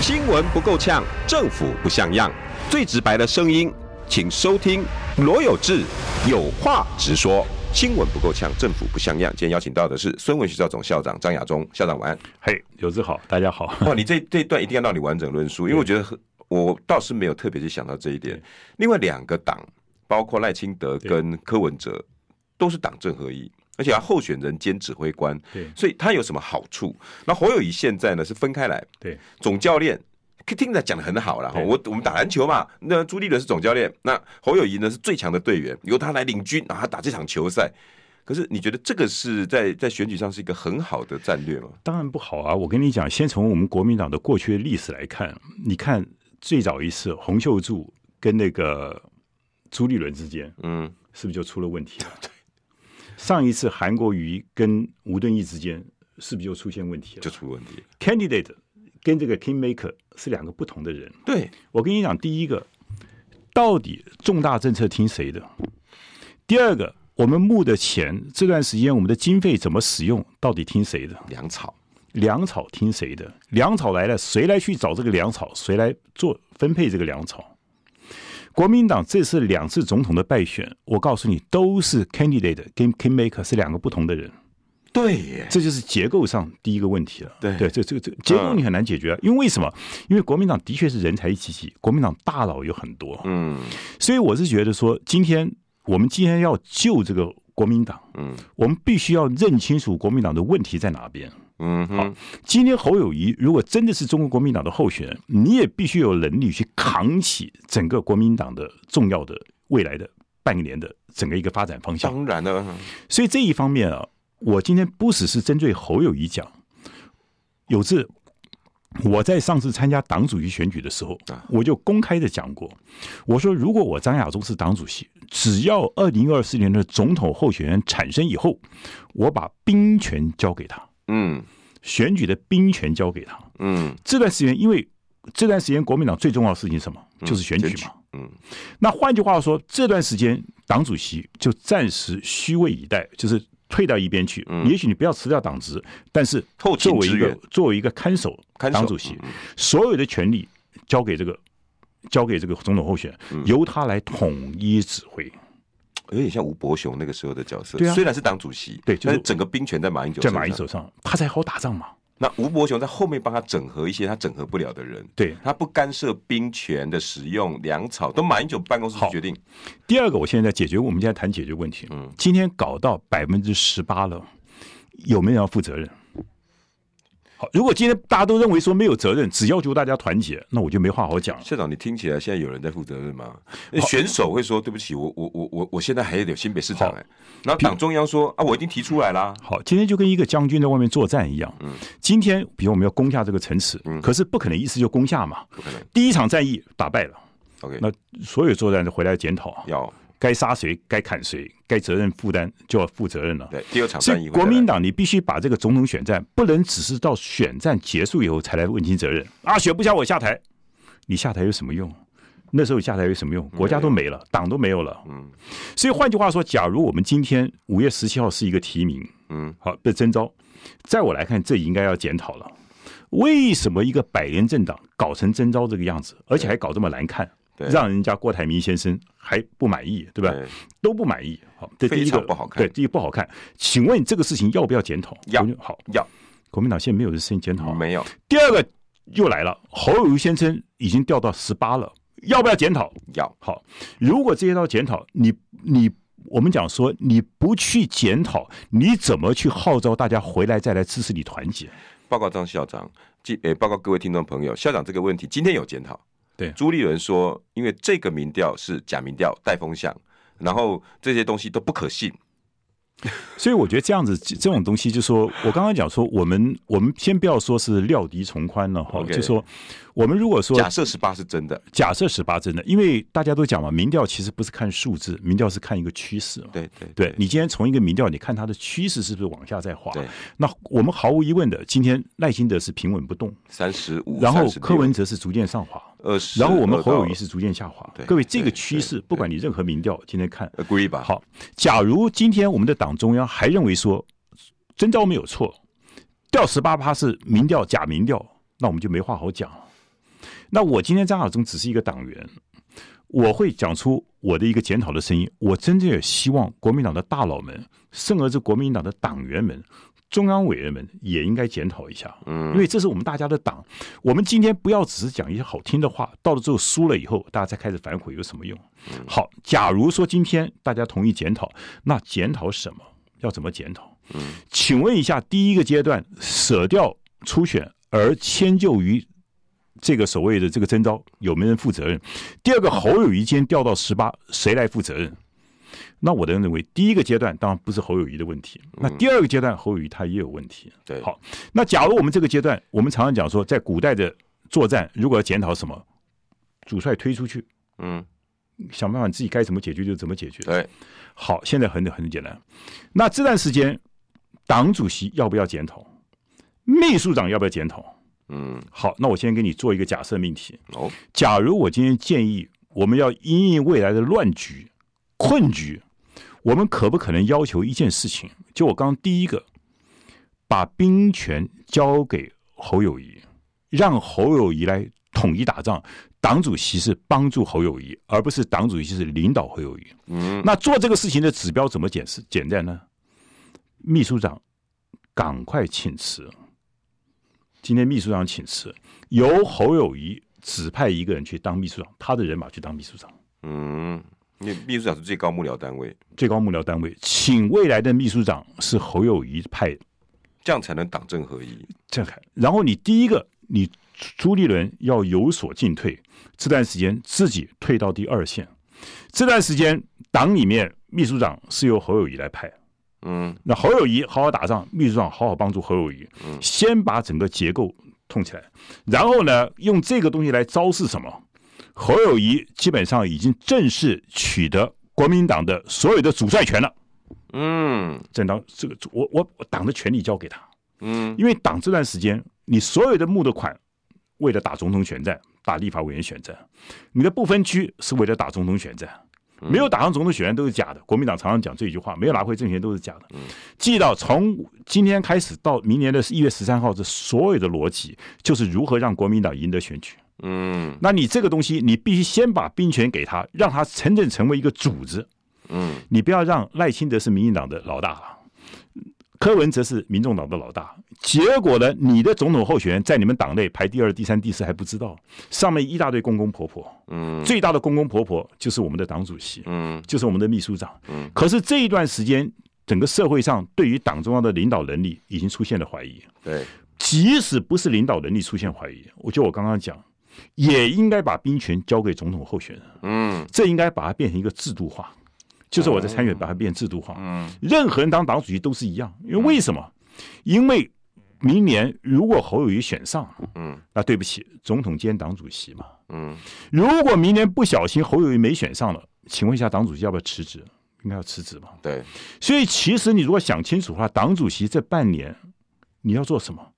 A: 新闻不够呛，政府不像样，最直白的声音，请收听罗有志有话直说。新闻不够呛，政府不像样。今天邀请到的是孙文学校总校长张亚中校长，晚安。
B: 嘿，刘志好，大家好。
A: 哇，你这这一段一定要让你完整论述，因为我觉得很我倒是没有特别去想到这一点。另外两个党，包括赖清德跟柯文哲，都是党政合一，而且他候选人兼指挥官，
B: 对
A: 所以他有什么好处？那侯友谊现在呢是分开来，
B: 对，
A: 总教练。听起来讲的很好啦，
B: 对
A: 我我们打篮球嘛，那朱立伦是总教练，那侯友谊呢是最强的队员，由他来领军，然后他打这场球赛。可是你觉得这个是在在选举上是一个很好的战略吗？
B: 当然不好啊！我跟你讲，先从我们国民党的过去的历史来看，你看最早一次洪秀柱跟那个朱立伦之间，
A: 嗯，
B: 是不是就出了问
A: *laughs*
B: 题了？上一次韩国瑜跟吴敦义之间，是不是就出现问题了
A: 就出问题了。
B: ？Candidate 跟这个 Kingmaker 是两个不同的人。
A: 对，
B: 我跟你讲，第一个，到底重大政策听谁的？第二个，我们募的钱这段时间我们的经费怎么使用，到底听谁的？
A: 粮草。
B: 粮草听谁的？粮草来了，谁来去找这个粮草？谁来做分配这个粮草？国民党这次两次总统的败选，我告诉你，都是 candidate 跟 kingmaker 是两个不同的人，
A: 对耶，
B: 这就是结构上第一个问题了。
A: 对
B: 对，这这这结构你很难解决啊，因为为什么？因为国民党的确是人才济济，国民党大佬有很多，
A: 嗯
B: 所以我是觉得说，今天我们今天要救这个国民党，
A: 嗯
B: 我们必须要认清楚国民党的问题在哪边。
A: 嗯哼，
B: 今天侯友谊如果真的是中国国民党的候选人，你也必须有能力去扛起整个国民党的重要的未来的半年的整个一个发展方向。
A: 当然了，
B: 所以这一方面啊，我今天不只是针对侯友谊讲，有志，我在上次参加党主席选举的时候
A: 啊，
B: 我就公开的讲过，我说如果我张亚中是党主席，只要二零二四年的总统候选人产生以后，我把兵权交给他。
A: 嗯
B: 选举的兵权交给他。
A: 嗯，
B: 这段时间，因为这段时间国民党最重要的事情是什么？就是选举嘛。
A: 嗯
B: 那换句话说，这段时间党主席就暂时虚位以待，就是退到一边去。也许你不要辞掉党职，但是
A: 后勤
B: 作为一
A: 支援
B: 个作为一个看守嗯
A: 看守
B: 党主席，所有的权力交给这个交给这个总统候选人，由他来统一指挥。
A: 有点像吴伯雄那个时候的角色，
B: 对啊
A: 虽然是党主席，
B: 对就是
A: 但是整个兵权在马英九
B: 在
A: 身上，
B: 马英手上，他才好打仗嘛。
A: 那吴伯雄在后面帮他整合一些他整合不了的人，
B: 对，
A: 他不干涉兵权的使用、粮草，都马英九办公室
B: 好
A: 决定。
B: 第二个，我现在在解决，我们现在谈解决问题。
A: 嗯，
B: 今天搞到百分之十八了，有没有人要负责任？好，如果今天大家都认为说没有责任，只要求大家团结，那我就没话好讲了。
A: 校长，你听起来现在有人在负责任吗？那选手会说：“对不起，我我我我我现在还有新北市长
B: 好
A: 哎、然后党中央说：“啊，我已经提出来啦。
B: 好，今天就跟一个将军在外面作战一样。嗯，今天比如我们要攻下这个城池，可是不可能一次就攻下嘛。
A: 嗯不可能
B: 第一场战役打败了，
A: ，OK，
B: 那所有作战就回来检讨啊，
A: 要
B: 该杀谁，该砍谁，该责任负担就要负责任了。
A: 对第二场
B: 所
A: 战
B: 以
A: 役。”
B: 国民党，你必须把这个总统选战，不能只是到选战结束以后才来问清责任啊！选不下我下台，你下台有什么用？那时候下台有什么用？国家都没了，党都没有了。嗯，所以换句话说，假如我们今天五月十七号是一个提名，
A: 嗯，
B: 好被征召，在我来看，这应该要检讨了。为什么一个百年政党搞成征召这个样子，而且还搞这么难看
A: 对，
B: 让人家郭台铭先生还不满意，对吧？
A: 对
B: 都不满意。好，这
A: 非
B: 第一个
A: 常不好看
B: 对，第一个不好看。请问这个事情要不要检讨？
A: 要
B: 我就好，
A: 要
B: 国民党现在没有人声音检讨。啊
A: 嗯没有
B: 第二个又来了，侯友宜先生已经掉到十八了，要不要检讨？
A: 要
B: 好，如果这些都要检讨，你你我们讲说你不去检讨，你怎么去号召大家回来再来支持你团结？
A: 报告张校长，记诶、报告各位听众朋友，校长这个问题今天有检讨。
B: 对
A: 朱立伦说，因为这个民调是假民调、带风向，然后这些东西都不可信。
B: 所以我觉得这样子这这种东西，就说我刚刚讲说，我们我们先不要说是料敌从宽了哈，
A: OK
B: 就说我们如果说
A: 假设十八是真的，
B: 假设十八真的，因为大家都讲嘛，民调其实不是看数字，民调是看一个趋势嘛。
A: 对对
B: 对你今天从一个民调，你看它的趋势是不是往下在滑
A: 对？
B: 那我们毫无疑问的，今天赖清德是平稳不动，
A: 三十五，
B: 然后柯文哲是逐渐上滑，
A: 二十，
B: 然后我们侯友谊是逐渐下滑
A: 对。
B: 各位，
A: 对
B: 这个趋势不管你任何民调，今天看
A: agree 吧？，
B: 好。假如今天我们的党中央还认为说征召没有错，调十八趴是民调假民调，那我们就没话好讲了。那我今天张晓忠只是一个党员，我会讲出我的一个检讨的声音。我真正也希望国民党的大佬们，甚而是国民党的党员们、中央委员们，也应该检讨一下。嗯，因为这是我们大家的党。我们今天不要只是讲一些好听的话，到了最后输了以后，大家才开始反悔，有什么用？好，假如说今天大家同意检讨，那检讨什么？要怎么检讨？嗯，请问一下，第一个阶段舍掉初选而迁就于这个所谓的这个征召，有没有人负责任？第二个，侯友谊今天掉到十八，谁来负责任？那我的认为，第一个阶段当然不是侯友谊的问题，那第二个阶段侯友谊他也有问题。
A: 对
B: 好，那假如我们这个阶段，我们常常讲说，在古代的作战，如果要检讨什么，主帅推出去，
A: 嗯，
B: 想办法自己该怎么解决就怎么解决。
A: 对，
B: 好，现在很很简单。那这段时间，党主席要不要检讨？秘书长要不要检讨？
A: 嗯，
B: 好，那我先给你做一个假设命题。
A: 哦，
B: 假如我今天建议我们要因应未来的乱局、困局，我们可不可能要求一件事情？就我刚刚第一个，把兵权交给侯友谊，让侯友谊来统一打仗。党主席是帮助侯友谊，而不是党主席是领导侯友谊。
A: 嗯，
B: 那做这个事情的指标怎么简是简单呢？秘书长赶快请辞。今天秘书长请辞，由侯友谊指派一个人去当秘书长，他的人马去当秘书长，
A: 嗯，因为秘书长是最高幕僚单位，
B: 最高幕僚单位，请未来的秘书长是侯友谊派的
A: 这样才能党政合一。
B: 郑凯。然后你第一个，你朱立伦要有所进退，这段时间自己退到第二线。这段时间党里面秘书长是由侯友谊来派，
A: 嗯，
B: 那侯友谊好好打仗，秘书长好好帮助侯友谊，先把整个结构通起来，然后呢，用这个东西来昭示什么？侯友谊基本上已经正式取得国民党的所有的主帅权了。
A: 嗯，
B: 正当这个主我我我党的权利交给他，
A: 嗯，
B: 因为党这段时间你所有的募的款，为了打总统选战、打立法委员选战，你的不分区是为了打总统选战，没有打上总统选战都是假的。国民党常常讲这一句话，没有拿回政权都是假的。记到从今天开始到明年的一月十三号，这所有的逻辑就是如何让国民党赢得选举。
A: 嗯
B: 那你这个东西，你必须先把兵权给他，让他真正成为一个组织。
A: 嗯
B: 你不要让赖清德是民进党的老大，柯文哲是民众党的老大。结果呢，你的总统候选人在你们党内排第二、第三、第四还不知道，上面一大堆公公婆婆，
A: 嗯
B: 最大的公公婆婆就是我们的党主席，
A: 嗯
B: 就是我们的秘书长
A: 嗯。
B: 可是这一段时间，整个社会上对于党中央的领导能力已经出现了怀疑。
A: 对，
B: 即使不是领导能力出现怀疑，我就我刚刚讲，也应该把兵权交给总统候选人。
A: 嗯
B: 这应该把它变成一个制度化，就是我在参选把它变制度化。
A: 嗯
B: 任何人当党主席都是一样，因为为什么？因为明年如果侯友谊选上，
A: 嗯
B: 那对不起，总统兼党主席嘛。
A: 嗯
B: 如果明年不小心侯友谊没选上了，请问一下党主席要不要辞职？应该要辞职吧。
A: 对，
B: 所以其实你如果想清楚的话，党主席这半年你要做什么？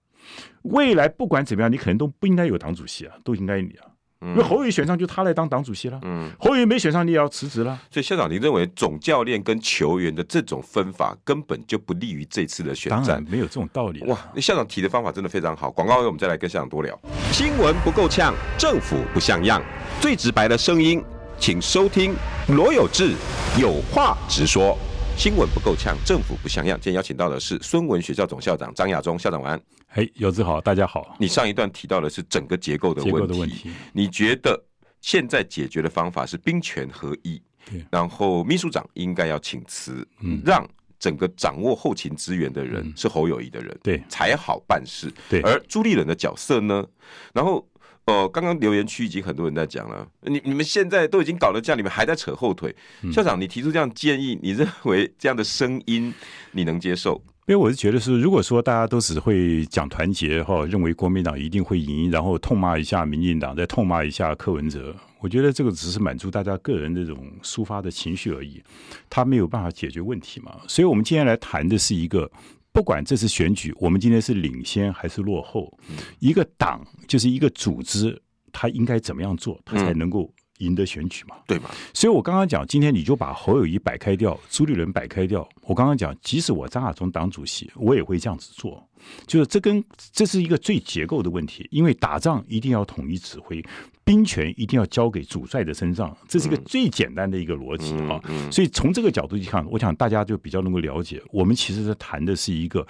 B: 未来不管怎么样，你可能都不应该有党主席啊，都应该你啊。因为侯友谊选上就他来当党主席了，
A: 嗯。
B: 侯友谊没选上你也要辞职了。
A: 所以校长，您认为总教练跟球员的这种分法根本就不利于这次的选
B: 当
A: 战
B: 然？没有这种道理了。
A: 哇，那校长提的方法真的非常好。广告后我们再来跟校长多聊。新闻不够呛，政府不像样，最直白的声音，请收听罗有志有话直说。新闻不够呛，政府不像样。今天邀请到的是孙文学校总校长张亚中校长，晚安。
B: 哎，姚志豪，大家好。
A: 你上一段提到的是整个结构的
B: 结
A: 问
B: 构
A: 题，
B: 的问题
A: 你觉得现在解决的方法是兵权合一
B: 对，嗯
A: 然后秘书长应该要请辞，让整个掌握后勤资源的人是侯友谊的人，
B: 对
A: 才好办事。
B: 对
A: 而朱立伦的角色呢，然后。呃，刚刚留言区已经很多人在讲了，你你们现在都已经搞得这样，你们还在扯后腿。
B: 嗯
A: 校长，你提出这样建议，你认为这样的声音你能接受？
B: 因为我是觉得是，如果说大家都只会讲团结哈，认为国民党一定会赢，然后痛骂一下民进党，再痛骂一下柯文哲，我觉得这个只是满足大家个人的这种抒发的情绪而已，他没有办法解决问题嘛。所以我们今天来谈的是一个。不管这次选举，我们今天是领先还是落后，一个党就是一个组织，它应该怎么样做，它才能够赢得选举嘛？
A: 对吗？
B: 所以我刚刚讲，今天你就把侯友谊摆开掉，朱立伦摆开掉。我刚刚讲，即使我张亚中党主席，我也会这样子做。就是这跟这是一个最结构的问题，因为打仗一定要统一指挥，兵权一定要交给主帅的身上，
A: 嗯
B: 这是一个最简单的一个逻辑啊。所以从这个角度去看，我想大家就比较能够了解，我们其实是谈的是一个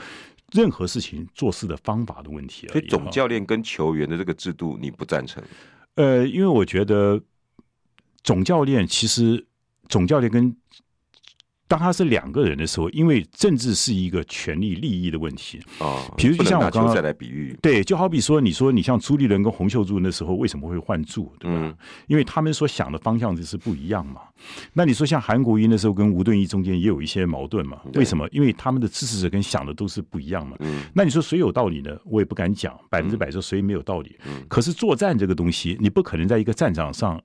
B: 任何事情做事的方法的问题而
A: 所
B: 已
A: 以
B: 啊。
A: 总教练跟球员的这个制度你不赞成？
B: 呃，因为我觉得总教练其实总教练跟当他是两个人的时候，因为政治是一个权利利益的问题。
A: 啊，
B: 比如就
A: 不能
B: 像我
A: 拿
B: 刚
A: 球
B: 刚
A: 赛来比喻，
B: 对，就好比说，你说你像朱立伦跟洪秀柱那时候为什么会换柱，对吧？
A: 嗯
B: 因为他们所想的方向就是不一样嘛。那你说像韩国瑜那时候跟吴敦义中间也有一些矛盾嘛？
A: 对
B: 为什么？因为他们的支持者跟想的都是不一样嘛。
A: 嗯
B: 那你说谁有道理呢？我也不敢讲百分之百说谁没有道理。可是作战这个东西，你不可能在一个战场上。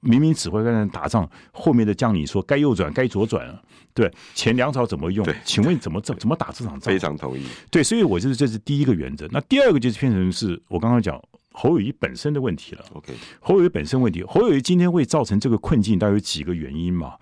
B: 明明指挥官在打仗，后面的将领说该右转该左转，啊对，前粮草怎么用
A: 对？
B: 请问怎么怎怎么打这场仗
A: 非？常同意。
B: 对，所以我就是这是第一个原则。那第二个就是变成是我刚刚讲侯友谊本身的问题了。
A: OK，
B: 侯友谊本身问题，侯友谊今天会造成这个困境，大概有几个原因嘛？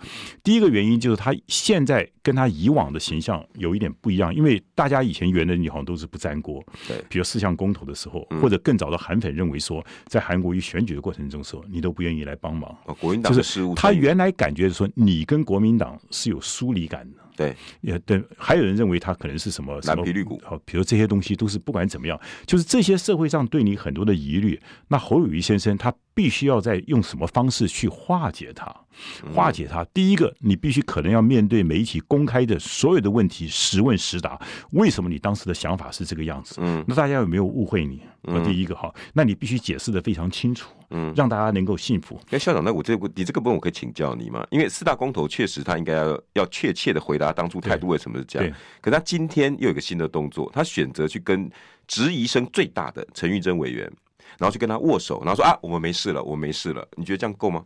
B: 第一个原因就是他现在跟他以往的形象有一点不一样，因为大家以前原来你好像都是不沾锅，
A: 对
B: 比如四项公投的时候，或者更早的韩粉认为说，在韩国瑜选举的过程中的时候，你都不愿意来帮忙，
A: 哦，国民党
B: 就
A: 的
B: 是
A: 失误
B: 他
A: 参与，
B: 原来感觉说你跟国民党是有疏离感的。
A: 对
B: 也对，还有人认为他可能是什么什么
A: 蓝皮绿骨
B: 好，比如这些东西都是不管怎么样，就是这些社会上对你很多的疑虑，那侯友谊先生他必须要在用什么方式去化解它，
A: 嗯
B: 化解它。第一个，你必须可能要面对媒体公开的所有的问题，实问实答，为什么你当时的想法是这个样子？
A: 嗯，
B: 那大家有没有误会你？呃第一个哈，那你必须解释的非常清楚，
A: 嗯，
B: 让大家能够信服。
A: 那校长，那我这个你这个部分我可以请教你吗？因为四大公投确实他应该要要确切的回答当初态度为什么是这
B: 对
A: 样，可他今天又有一个新的动作，他选择去跟质疑声最大的陈玉珍委员，然后去跟他握手，然后说啊，我们没事了，我们没事了，你觉得这样够吗？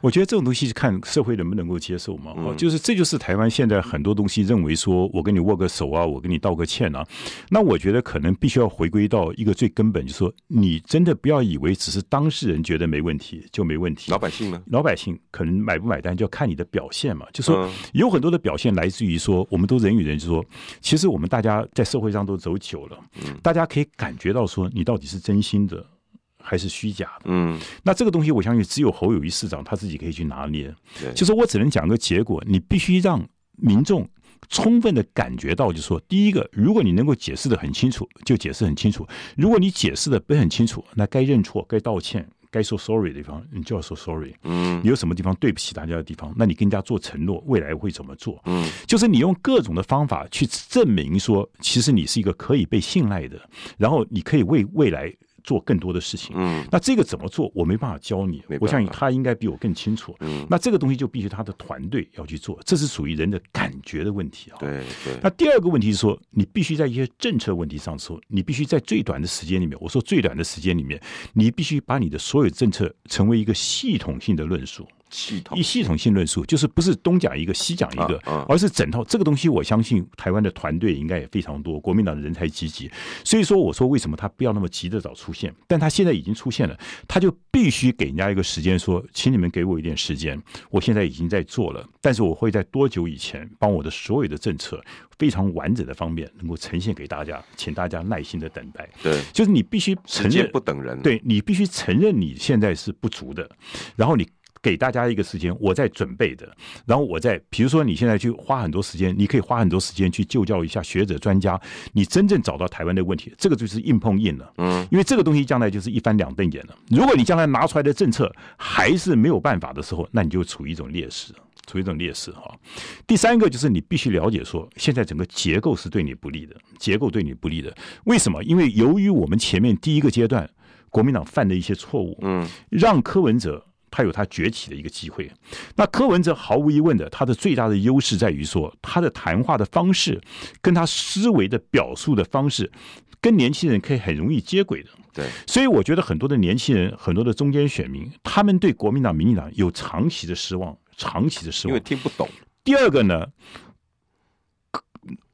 B: 我觉得这种东西是看社会能不能够接受嘛。哦，就是这就是台湾现在很多东西认为说我跟你握个手啊，我跟你道个歉啊。那我觉得可能必须要回归到一个最根本，就是说你真的不要以为只是当事人觉得没问题就没问题
A: 老。百姓
B: *laughs*
A: 呢？
B: 老百姓可能买不买单，就要看你的表现嘛。就说
A: 嗯
B: 有很多的表现来自于说，我们都人与人，就说其实我们大家在社会上都走久了，大家可以感觉到说你到底是真心的还是虚假的。
A: 嗯，
B: 那这个东西，我相信只有侯友谊市长他自己可以去拿捏
A: 对。
B: 就是我只能讲个结果，你必须让民众充分的感觉到，就是说，第一个，如果你能够解释的很清楚，就解释很清楚；如果你解释的不是很清楚，那该认错、该道歉、该说 sorry 的地方，你就要说 sorry。
A: 嗯，
B: 你有什么地方对不起大家的地方，那你跟人家做承诺，未来会怎么做？
A: 嗯，
B: 就是你用各种的方法去证明说，其实你是一个可以被信赖的，然后你可以为未来做更多的事情。
A: 嗯，
B: 那这个怎么做，我没办法教你
A: 没办，法
B: 我相信他应该比我更清楚。嗯，那这个东西就必须他的团队要去做，这是属于人的感觉的问题啊。。
A: 对对，
B: 那第二个问题是说，你必须在一些政策问题上说，你必须在最短的时间里面，我说最短的时间里面，你必须把你的所有政策成为一个系统性的论述，
A: 系统
B: 一，系统性论述，就是不是东讲一个西讲一个，
A: 啊啊
B: 而是整套。这个东西，我相信台湾的团队应该也非常多，国民党的人才济济。所以说，我说为什么他不要那么急的早出现，但他现在已经出现了，他就必须给人家一个时间说，请你们给我一点时间，我现在已经在做了，但是我会在多久以前帮我的所有的政策非常完整的方面能够呈现给大家，请大家耐心的等待。
A: 对，
B: 就是你必须承
A: 时间
B: 认
A: 不等人，，
B: 对你必须承认你现在是不足的，然后你给大家一个时间，我在准备的，然后我在，比如说你现在去花很多时间，你可以花很多时间去就教一下学者专家，你真正找到台湾的问题，这个就是硬碰硬了，
A: 嗯，
B: 因为这个东西将来就是一翻两瞪眼了。如果你将来拿出来的政策还是没有办法的时候，那你就处于一种劣势。处于一种劣势哈。第三个就是你必须了解说，现在整个结构是对你不利的，结构对你不利的。为什么？因为由于我们前面第一个阶段国民党犯的一些错误，
A: 嗯，
B: 让柯文哲他有他崛起的一个机会。那柯文哲毫无疑问的，他的最大的优势在于说，他的谈话的方式跟他思维的表述的方式，跟年轻人可以很容易接轨的。
A: 对，
B: 所以我觉得很多的年轻人，很多的中间选民，他们对国民党、民进党有长期的失望，长期的失
A: 因
B: 望
A: 为。听不懂，
B: 第二个呢，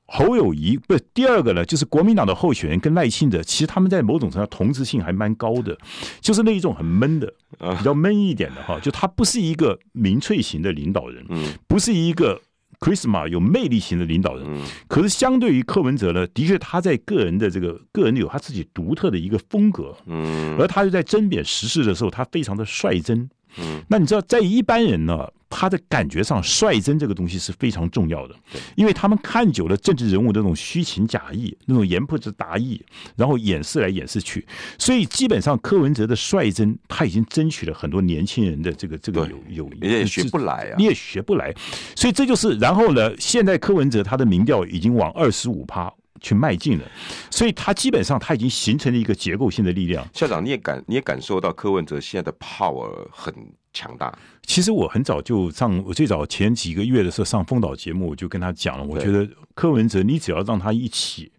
B: 侯友谊不，第二个呢，就是国民党的候选人跟赖清德，其实他们在某种程度上同质性还蛮高的，就是那一种很闷的，
A: 啊
B: 比较闷一点的哈，就他不是一个民粹型的领导人，
A: 嗯
B: 不是一个 charisma 有魅力型的领导人，
A: 嗯
B: 可是相对于柯文哲呢，的确他在个人的这个个人有他自己独特的一个风格，
A: 嗯
B: 而他就在甄别时事的时候，他非常的率真。
A: 嗯，
B: 那你知道，在一般人呢，他的感觉上，率真这个东西是非常重要的，因为他们看久了政治人物那种虚情假意、那种言不着达意，然后掩饰来掩饰去，所以基本上柯文哲的率真，他已经争取了很多年轻人的这个这个
A: 对
B: 有有，
A: 人家也学不来啊
B: 你，也学不来，所以这就是，然后呢，现在柯文哲他的民调已经往二十五趴去迈进了，所以他基本上他已经形成了一个结构性的力量。
A: 校长你也感你也感受到柯文哲现在的 power 很强大，
B: 其实我很早就上，我最早前几个月的时候上风岛节目，我就跟他讲了，我
A: 对
B: 觉得柯文哲，你只要让他一起，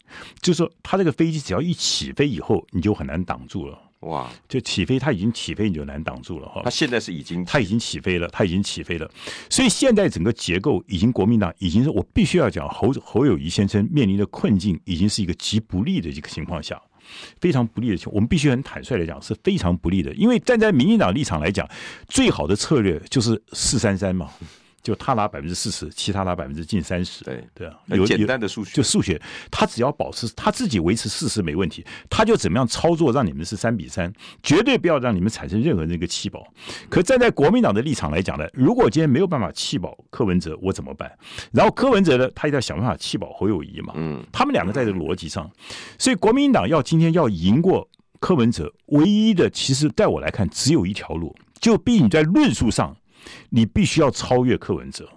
B: 就是说他这个飞机只要一起飞以后，你就很难挡住了。
A: 哇，
B: 就起飞，他已经起飞，你就难挡住了哈
A: 他。现在是已经
B: 他已经起飞了，他已经起飞了，所以现在整个结构已经国民党已经是我必须要讲侯侯友谊先生面临的困境，已经是一个极不利的一个情况下，非常不利的情况，我们必须很坦率的讲是非常不利的，因为站在民进党立场来讲，最好的策略就是四三三嘛，就他拿百分之四十，其他拿百分之近三十，
A: 对
B: 对啊，
A: 很
B: 有
A: 简
B: 有
A: 单的数学
B: 就，数学，他只要保持他自己维持事实没问题，他就怎么样操作让你们是三比三，绝对不要让你们产生任何那个气保。可站在国民党的立场来讲呢，如果今天没有办法气保柯文哲，我怎么办？然后柯文哲呢，他一定要想办法气保侯友谊嘛。
A: 嗯，
B: 他们两个在这个逻辑上，所以国民党要今天要赢过柯文哲，唯一的其实在我来看只有一条路，就必你在论述上，你必须要超越柯文哲，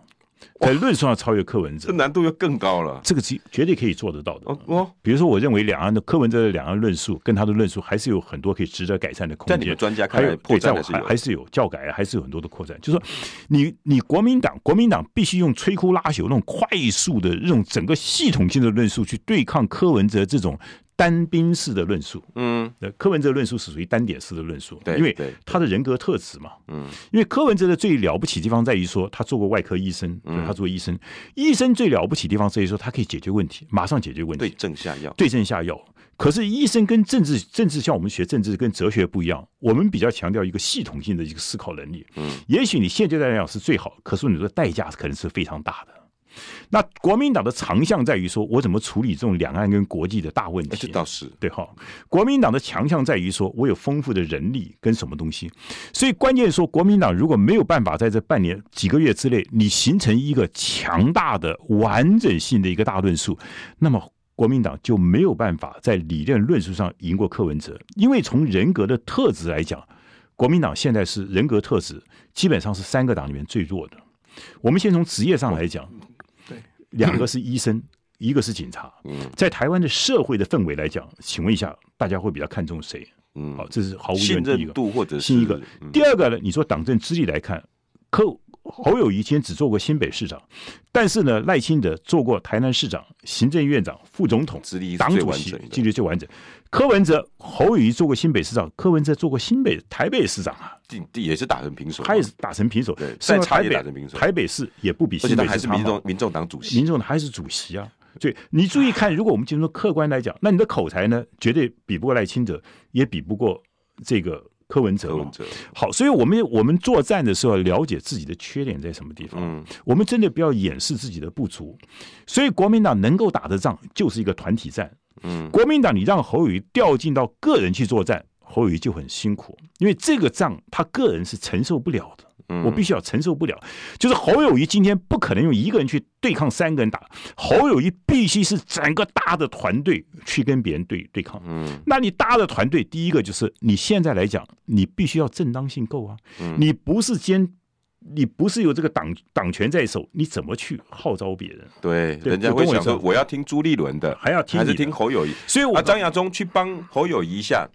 B: 在论述上超越柯文哲
A: 这。难度又更高了，
B: 这个是绝对可以做得到的
A: 哦。哦，
B: 比如说，我认为两岸的柯文哲的两岸论述跟他的论述还是有很多可以值得改善的空
A: 在
B: 间。
A: 你们专家看
B: 还
A: 来
B: 有
A: 破
B: 对，在
A: 绽
B: 我
A: 还是
B: 还
A: 有，
B: 还是有教改啊，还是有很多的扩展。就是说你你国民党，国民党必须用摧枯拉朽那种快速的、这种整个系统性的论述去对抗柯文哲这种单兵式的论述。
A: 嗯
B: 呃，柯文哲论述是属于单点式的论述，
A: 对
B: 因为
A: 对对
B: 他的人格特质嘛，
A: 嗯，
B: 因为柯文哲的最了不起地方在于说他做过外科医生，
A: 嗯
B: 对，他做医生，医生最了不起地方在于说他可以解决问题，马上解决问
A: 对
B: 题，
A: 症下药，
B: 对症下药。可是医生跟政治政治像我们学政治跟哲学不一样，我们比较强调一个系统性的一个思考能力。
A: 嗯，
B: 也许你现阶段来讲是最好，可是你的代价可能是非常大的。那国民党的长项在于说，我怎么处理这种两岸跟国际的大问
A: 哎这
B: 题。
A: 倒是
B: 对哈，国民党的强项在于说我有丰富的人力跟什么东西，所以关键是说国民党如果没有办法在这半年几个月之内，你形成一个强大的完整性的一个大论述，那么。国民党就没有办法在理论论述上赢过柯文哲，因为从人格的特质来讲，国民党现在是人格特质基本上是三个党里面最弱的。我们先从职业上来讲，
A: 嗯对，
B: 两个是医
A: *laughs*
B: 生，一个是警察。
A: 嗯
B: 在台湾的社会的氛围来讲，请问一下，大家会比较看重谁？
A: 嗯
B: 好，，这是毫无疑
A: 信
B: 问第一
A: 任
B: 个。
A: 度或者是
B: 是一个
A: 嗯
B: 第二个呢，你说党政资历来看，柯侯友谊今天只做过新北市长，但是呢，赖清德做过台南市长、行政院长、副总统、
A: 资历是
B: 党
A: 最
B: 主
A: 完
B: 席
A: 整，
B: 纪
A: 的，
B: 律最完整。柯文哲、侯友谊做过新北市长，柯文哲做过新北台北市长啊，
A: 地地也是打成平手嘛，
B: 他也是打成平手
A: 对，
B: 甚
A: 再
B: 至
A: 差
B: 台
A: 也
B: 北
A: 打成平手
B: 台北市也不比
A: 而且
B: 新
A: 他
B: 北
A: 还
B: 市
A: 是
B: 差
A: 民
B: 好。
A: 众民众党主席，
B: 民众党还是主席啊。对你注意看，如果我们就说客观来讲，那你的口才呢，绝对比不过赖清德，也比不过这个柯文哲
A: 柯
B: 嘛。
A: 文哲，
B: 好，所以我们我们作战的时候，了解自己的缺点在什么地方。
A: 嗯，
B: 我们真的不要掩饰自己的不足。所以国民党能够打的仗就是一个团体战。
A: 嗯，
B: 国民党你让侯友谊掉进到个人去作战，侯友谊就很辛苦，因为这个仗他个人是承受不了的。
A: 嗯
B: 我必须要承受不了，就是侯友谊今天不可能用一个人去对抗三个人打，侯友谊必须是整个大的团队去跟别人对对抗。
A: 嗯
B: 那你搭的团队，第一个就是你现在来讲，你必须要正当性够啊，
A: 嗯
B: 你不是兼，你不是有这个党党权在手，你怎么去号召别人？
A: 对，
B: 对
A: 人家
B: 就
A: 会
B: 跟我
A: 想
B: 讲
A: 说我要听朱立伦的，
B: 还要听
A: 还是
B: 你的
A: 听侯友谊，
B: 所以我，
A: 啊，张亚中去帮侯友谊一下，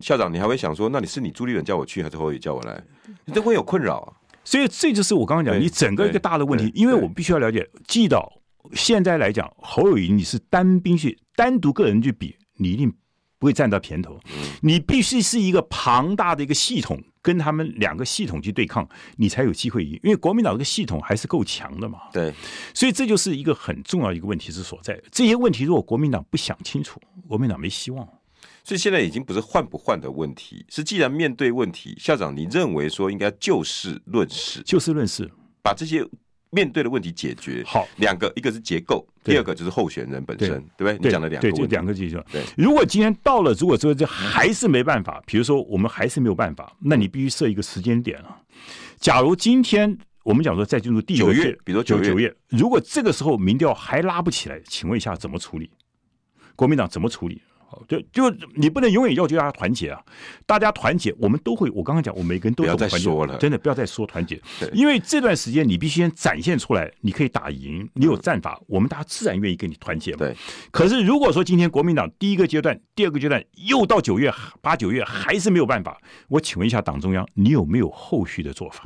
A: 校长，你还会想说，那你是你朱立伦叫我去，还是侯友谊叫我来？你都会有困扰、啊。
B: 所以这就是我刚刚讲，
A: 对
B: 你整个一个大的问题
A: 对，对
B: 因为我们必须要了解，记到现在来讲，侯友谊你是单兵去单独个人去比，你一定不会占到甜头，
A: 嗯
B: 你必须是一个庞大的一个系统。跟他们两个系统去对抗，你才有机会赢。因为国民党这个系统还是够强的嘛。
A: 对，
B: 所以这就是一个很重要的一个问题之所在。这些问题如果国民党不想清楚，国民党没希望。
A: 所以现在已经不是换不换的问题，是既然面对问题，校长，你认为说应该就事论事，
B: 就事论事，
A: 把这些面对的问题解决。
B: 好，
A: 两个，一个是结构，
B: 对
A: 第二个就是候选人本身，对不对？你
B: 对
A: 讲了两个
B: 对，就
A: 问题，
B: 两个技术
A: 对。
B: 如果今天到了，如果说这还是没办法，比如说我们还是没有办法，那你必须设一个时间点啊。假如今天我们讲说再进入第一个
A: 九月
B: 阶
A: 比如说
B: 九
A: 九月
B: 九月，如果这个时候民调还拉不起来，请问一下怎么处理？国民党怎么处理？好就就你不能永远要求大家团结啊！大家团结，我们都会。我刚刚讲，我每个人都
A: 不要
B: 懂
A: 再
B: 团结
A: 说了
B: 真的不要再说团结
A: 对，
B: 因为这段时间你必须先展现出来，你可以打赢，你
A: 嗯
B: 有战法，我们大家自然愿意跟你团结嘛。
A: 对，
B: 可是如果说今天国民党第一个阶段、第二个阶段又到九月八九月还是没有办法，我请问一下党中央，你有没有后续的做法？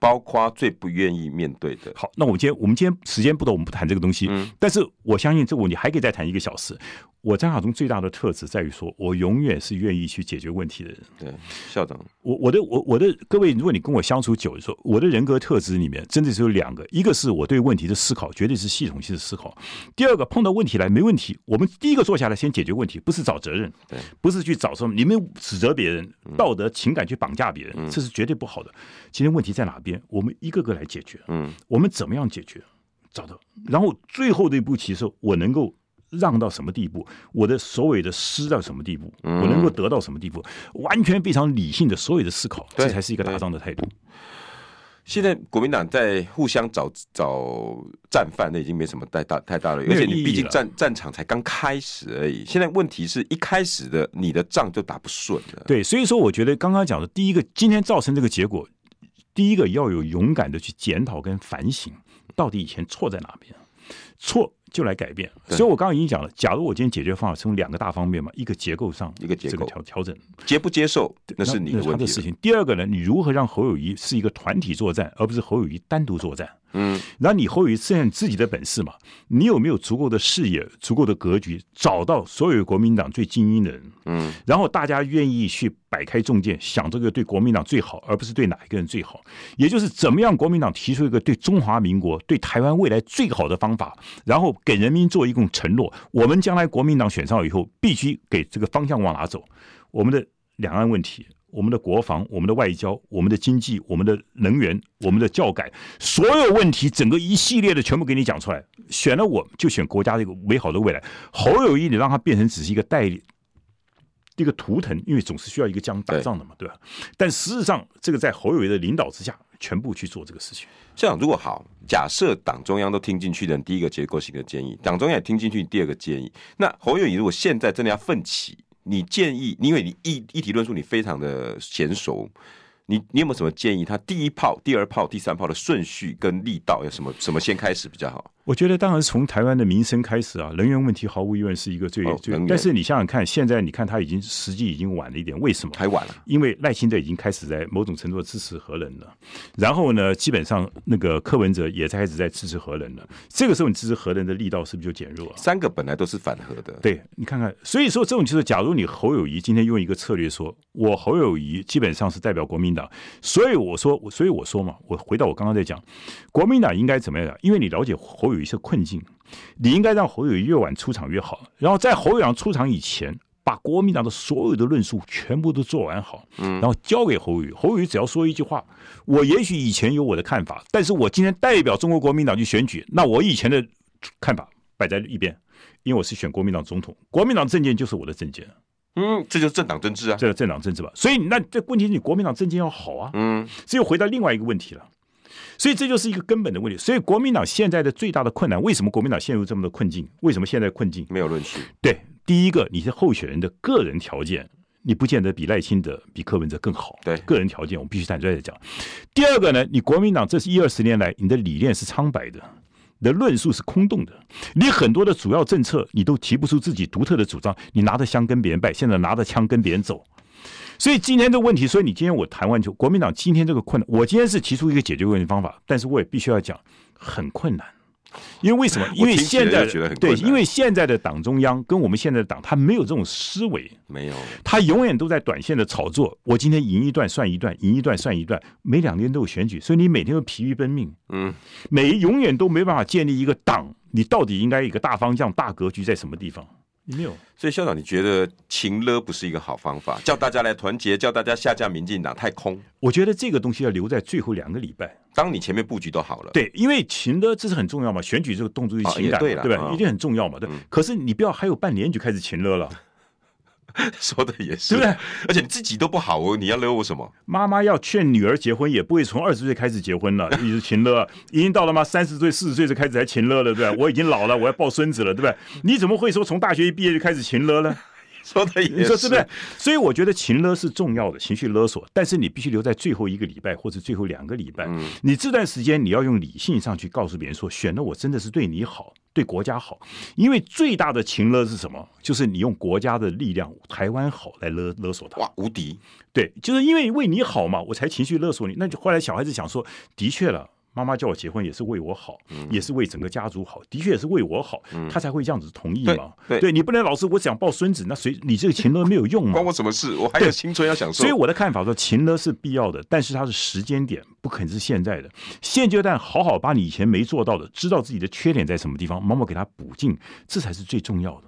A: 包括最不愿意面对的，
B: 好，那我们今天我们今天时间不多，我们不谈这个东西。
A: 嗯
B: 但是我相信这个问题还可以再谈一个小时。我张晓东最大的特质在于说，我永远是愿意去解决问题的人。
A: 对，校长，
B: 我我的我我的各位，如果你跟我相处久的时候，我的人格特质里面真的是有两个，一个是我对问题的思考，绝对是系统性的思考；第二个碰到问题来没问题，我们第一个坐下来先解决问题，不是找责任
A: 对，嗯
B: 不是去找什么你们指责别人、道德情感去绑架别人，这是绝对不好的。今天问题在哪边，我们一个个来解决。
A: 嗯，
B: 我们怎么样解决？找到，然后最后的一步棋的时候，我能够让到什么地步？我的所有的失到什么地步？
A: 嗯
B: 我能够得到什么地步？完全非常理性的所有的思考，
A: 对
B: 这才是一个打仗的态度。
A: 现在国民党在互相找找战犯，那已经没什么太大太大的，
B: 没
A: 而且
B: 有意义了
A: 你毕竟战战场才刚开始而已。现在问题是一开始的你的仗就打不顺了，
B: 对，所以说我觉得刚刚讲的第一个，今天造成这个结果，第一个要有勇敢的去检讨跟反省，到底以前错在哪边，错就来改变。
A: 对
B: 所以我刚刚已经讲了，假如我今天解决方法是从两个大方面嘛，一个结构上，
A: 一个结构
B: 这个调调整，
A: 接不接受那是你的
B: 他
A: 问
B: 的
A: 题
B: 事
A: 了。
B: 情。第二个呢，你如何让侯友谊是一个团体作战，而不是侯友谊单独作战？
A: 嗯，
B: 然后你侯友谊是你自己的本事嘛？你有没有足够的视野、足够的格局，找到所有国民党最精英的人？
A: 嗯，
B: 然后大家愿意去摆开重剑，想这个对国民党最好，而不是对哪一个人最好。也就是怎么样，国民党提出一个对中华民国、对台湾未来最好的方法，然后给人民做一种承诺：我们将来国民党选上以后，必须给这个方向往哪走？我们的两岸问题，我们的国防、我们的外交、我们的经济、我们的能源、我们的教改，所有问题，整个一系列的全部给你讲出来。选了我就选国家这个美好的未来。侯友谊，你让他变成只是一个代理。一个图腾，因为总是需要一个这样打仗的嘛，对吧？但实质上，这个在侯友谊的领导之下，全部去做这个事情。
A: 这样如果好，假设党中央都听进去的人，第一个结构性的建议，党中央也听进去第二个建议，那侯友谊如果现在真的要奋起，你建议，因为你议议题论述你非常的娴熟，你你有没有什么建议？他第一炮、第二炮、第三炮的顺序跟力道要什么什么先开始比较好？
B: 我觉得当然是从台湾的民生开始啊，能源问题毫无疑问是一个最、
A: 哦
B: 最
A: 能。源
B: 但是你想想看，现在你看他已经实际已经晚了一点，为什么？
A: 太晚啊了，
B: 因为赖清德已经开始在某种程度的支持核能了，然后呢，基本上那个柯文哲也在开始在支持核能了。这个时候，你支持核能的力道是不是就减弱了？
A: 三个本来都是反核的，
B: 对你看看，所以说这种就是，假如你侯友谊今天用一个策略说，我侯友谊基本上是代表国民党，所以我说，我所以我说嘛，我回到我刚刚在讲，国民党应该怎么样讲？因为你了解侯友谊是困境，你应该让侯友谊越晚出场越好，然后在侯友谊出场以前。把国民党的所有的论述全部都做完好，然后交给侯友谊。侯友谊只要说一句话，我也许以前有我的看法，但是我今天代表中国国民党去选举，那我以前的看法摆在一边，因为我是选国民党总统，国民党政见就是我的政见，
A: 嗯，这就是政党政治啊，
B: 这个政党政治吧。所以那这问题是你国民党政见要好啊，
A: 嗯，
B: 这又回到另外一个问题了。所以这就是一个根本的问题。所以国民党现在的最大的困难，为什么国民党陷入这么多困境？为什么现在困境？
A: 没有论述，
B: 对，第一个，你是候选人的个人条件，你不见得比赖清德、比柯文哲更好。
A: 对
B: 个人条件，我们必须坦率的讲。第二个呢，你国民党这是一二十年来，你的理念是苍白的。你的论述是空洞的，你很多的主要政策你都提不出自己独特的主张，你拿着枪跟别人拜，现在拿着枪跟别人走，所以今天这个问题，所以你今天我谈完就国民党今天这个困难，我今天是提出一个解决问题方法，但是我也必须要讲很困难，因为为
A: *laughs*
B: 什么？因为
A: 听起来
B: 现在
A: 就觉得很
B: 对，
A: 困难
B: 因为现在的党中央跟我们现在的党，他没有这种思维，
A: 没有，
B: 他永远都在短线的炒作。我今天赢一段算一段，赢一段算一段，每两年都有选举，所以你每天都疲于奔命，
A: 嗯，
B: 每永远都没办法建立一个党，你到底应该有一个大方向、大格局在什么地方？你没有。
A: 所以校长，你觉得情勒不是一个好方法，叫大家来团结，叫大家下架民进党，太空。
B: 我觉得这个东西要留在最后两个礼拜，
A: 当你前面布局都好了，
B: 对，因为情的这是很重要嘛，选举这个动作是情
A: 啊
B: 感嘛，
A: 也对了
B: 对吧？
A: 啊
B: 一定很重要嘛，对。可是你不要还有半年你就开始情乐了，
A: 说的也是，
B: 对不对？
A: 而且你自己都不好哦，你要勒我什
B: *laughs*
A: 么？
B: 妈妈要劝女儿结婚，也不会从二十岁开始结婚了，一直情乐，已经到了吗？三十岁、四十岁就开始才情乐了，对吧？我已经老了，我要抱孙子了，对吧？你怎么会说从大学一毕业就开始情乐呢？
A: 说的也是，
B: 你说是不是？所以我觉得情勒是重要的，情绪勒索，但是你必须留在最后一个礼拜或者最后两个礼拜。
A: 嗯
B: 你这段时间你要用理性上去告诉别人说，选了我真的是对你好，对国家好。因为最大的情勒是什么？就是你用国家的力量，台湾好来勒勒索他。
A: 哇，无敌！
B: 对，就是因为为你好嘛，我才情绪勒索你。那就后来小孩子想说，的确了。妈妈叫我结婚也是为我好，
A: 嗯
B: 也是为整个家族好，的确也是为我好，他才会这样子同意嘛。
A: 对对
B: 你不能老是我想抱孙子，那谁你这个情勒没有用嘛
A: 关？我什么事？我还有青春要享受
B: 嗯所以。我的看法说，情勒是必要的，但是它是时间点，不可能是现在的。现阶段好好把你以前没做到的，知道自己的缺点在什么地方，慢慢给它补进，这才是最重要的。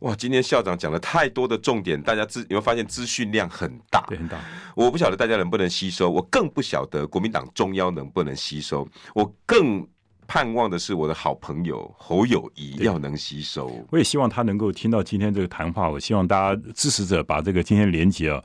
A: 哇，今天校长讲了太多的重点，大家资有没有发现资讯量很大？
B: 对，很大。
A: 我不晓得大家能不能吸收，我更不晓得国民党中央能不能吸收，我更盼望的是我的好朋友侯友谊要能吸收。
B: 我也希望他能够听到今天这个谈话。我希望大家支持者把这个今天连结啊，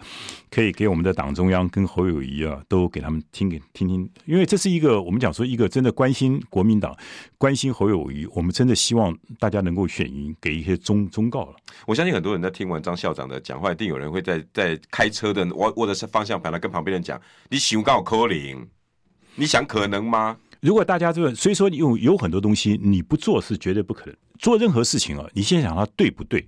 B: 可以给我们的党中央跟侯友谊啊，都给他们听给听听，因为这是一个我们讲说一个真的关心国民党、关心侯友谊，我们真的希望大家能够选赢，给一些忠忠告了。
A: 我相信很多人在听完张校长的讲话，一定有人会在在开车的握握着方向盘来跟旁边人讲：“你想告柯林，你想可能吗
B: 如果大家这个，所以说你有有很多东西你不做是绝对不可能。做任何事情啊，你先想它对不对，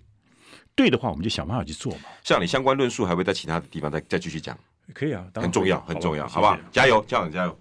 B: 对的话我们就想办法去做嘛。？”
A: 像你相关论述还会在其他的地方再再继续讲，
B: 可以啊，当然
A: 很重要，
B: 可以
A: 很重要，
B: 谢谢
A: 好不好？加油，校长加油！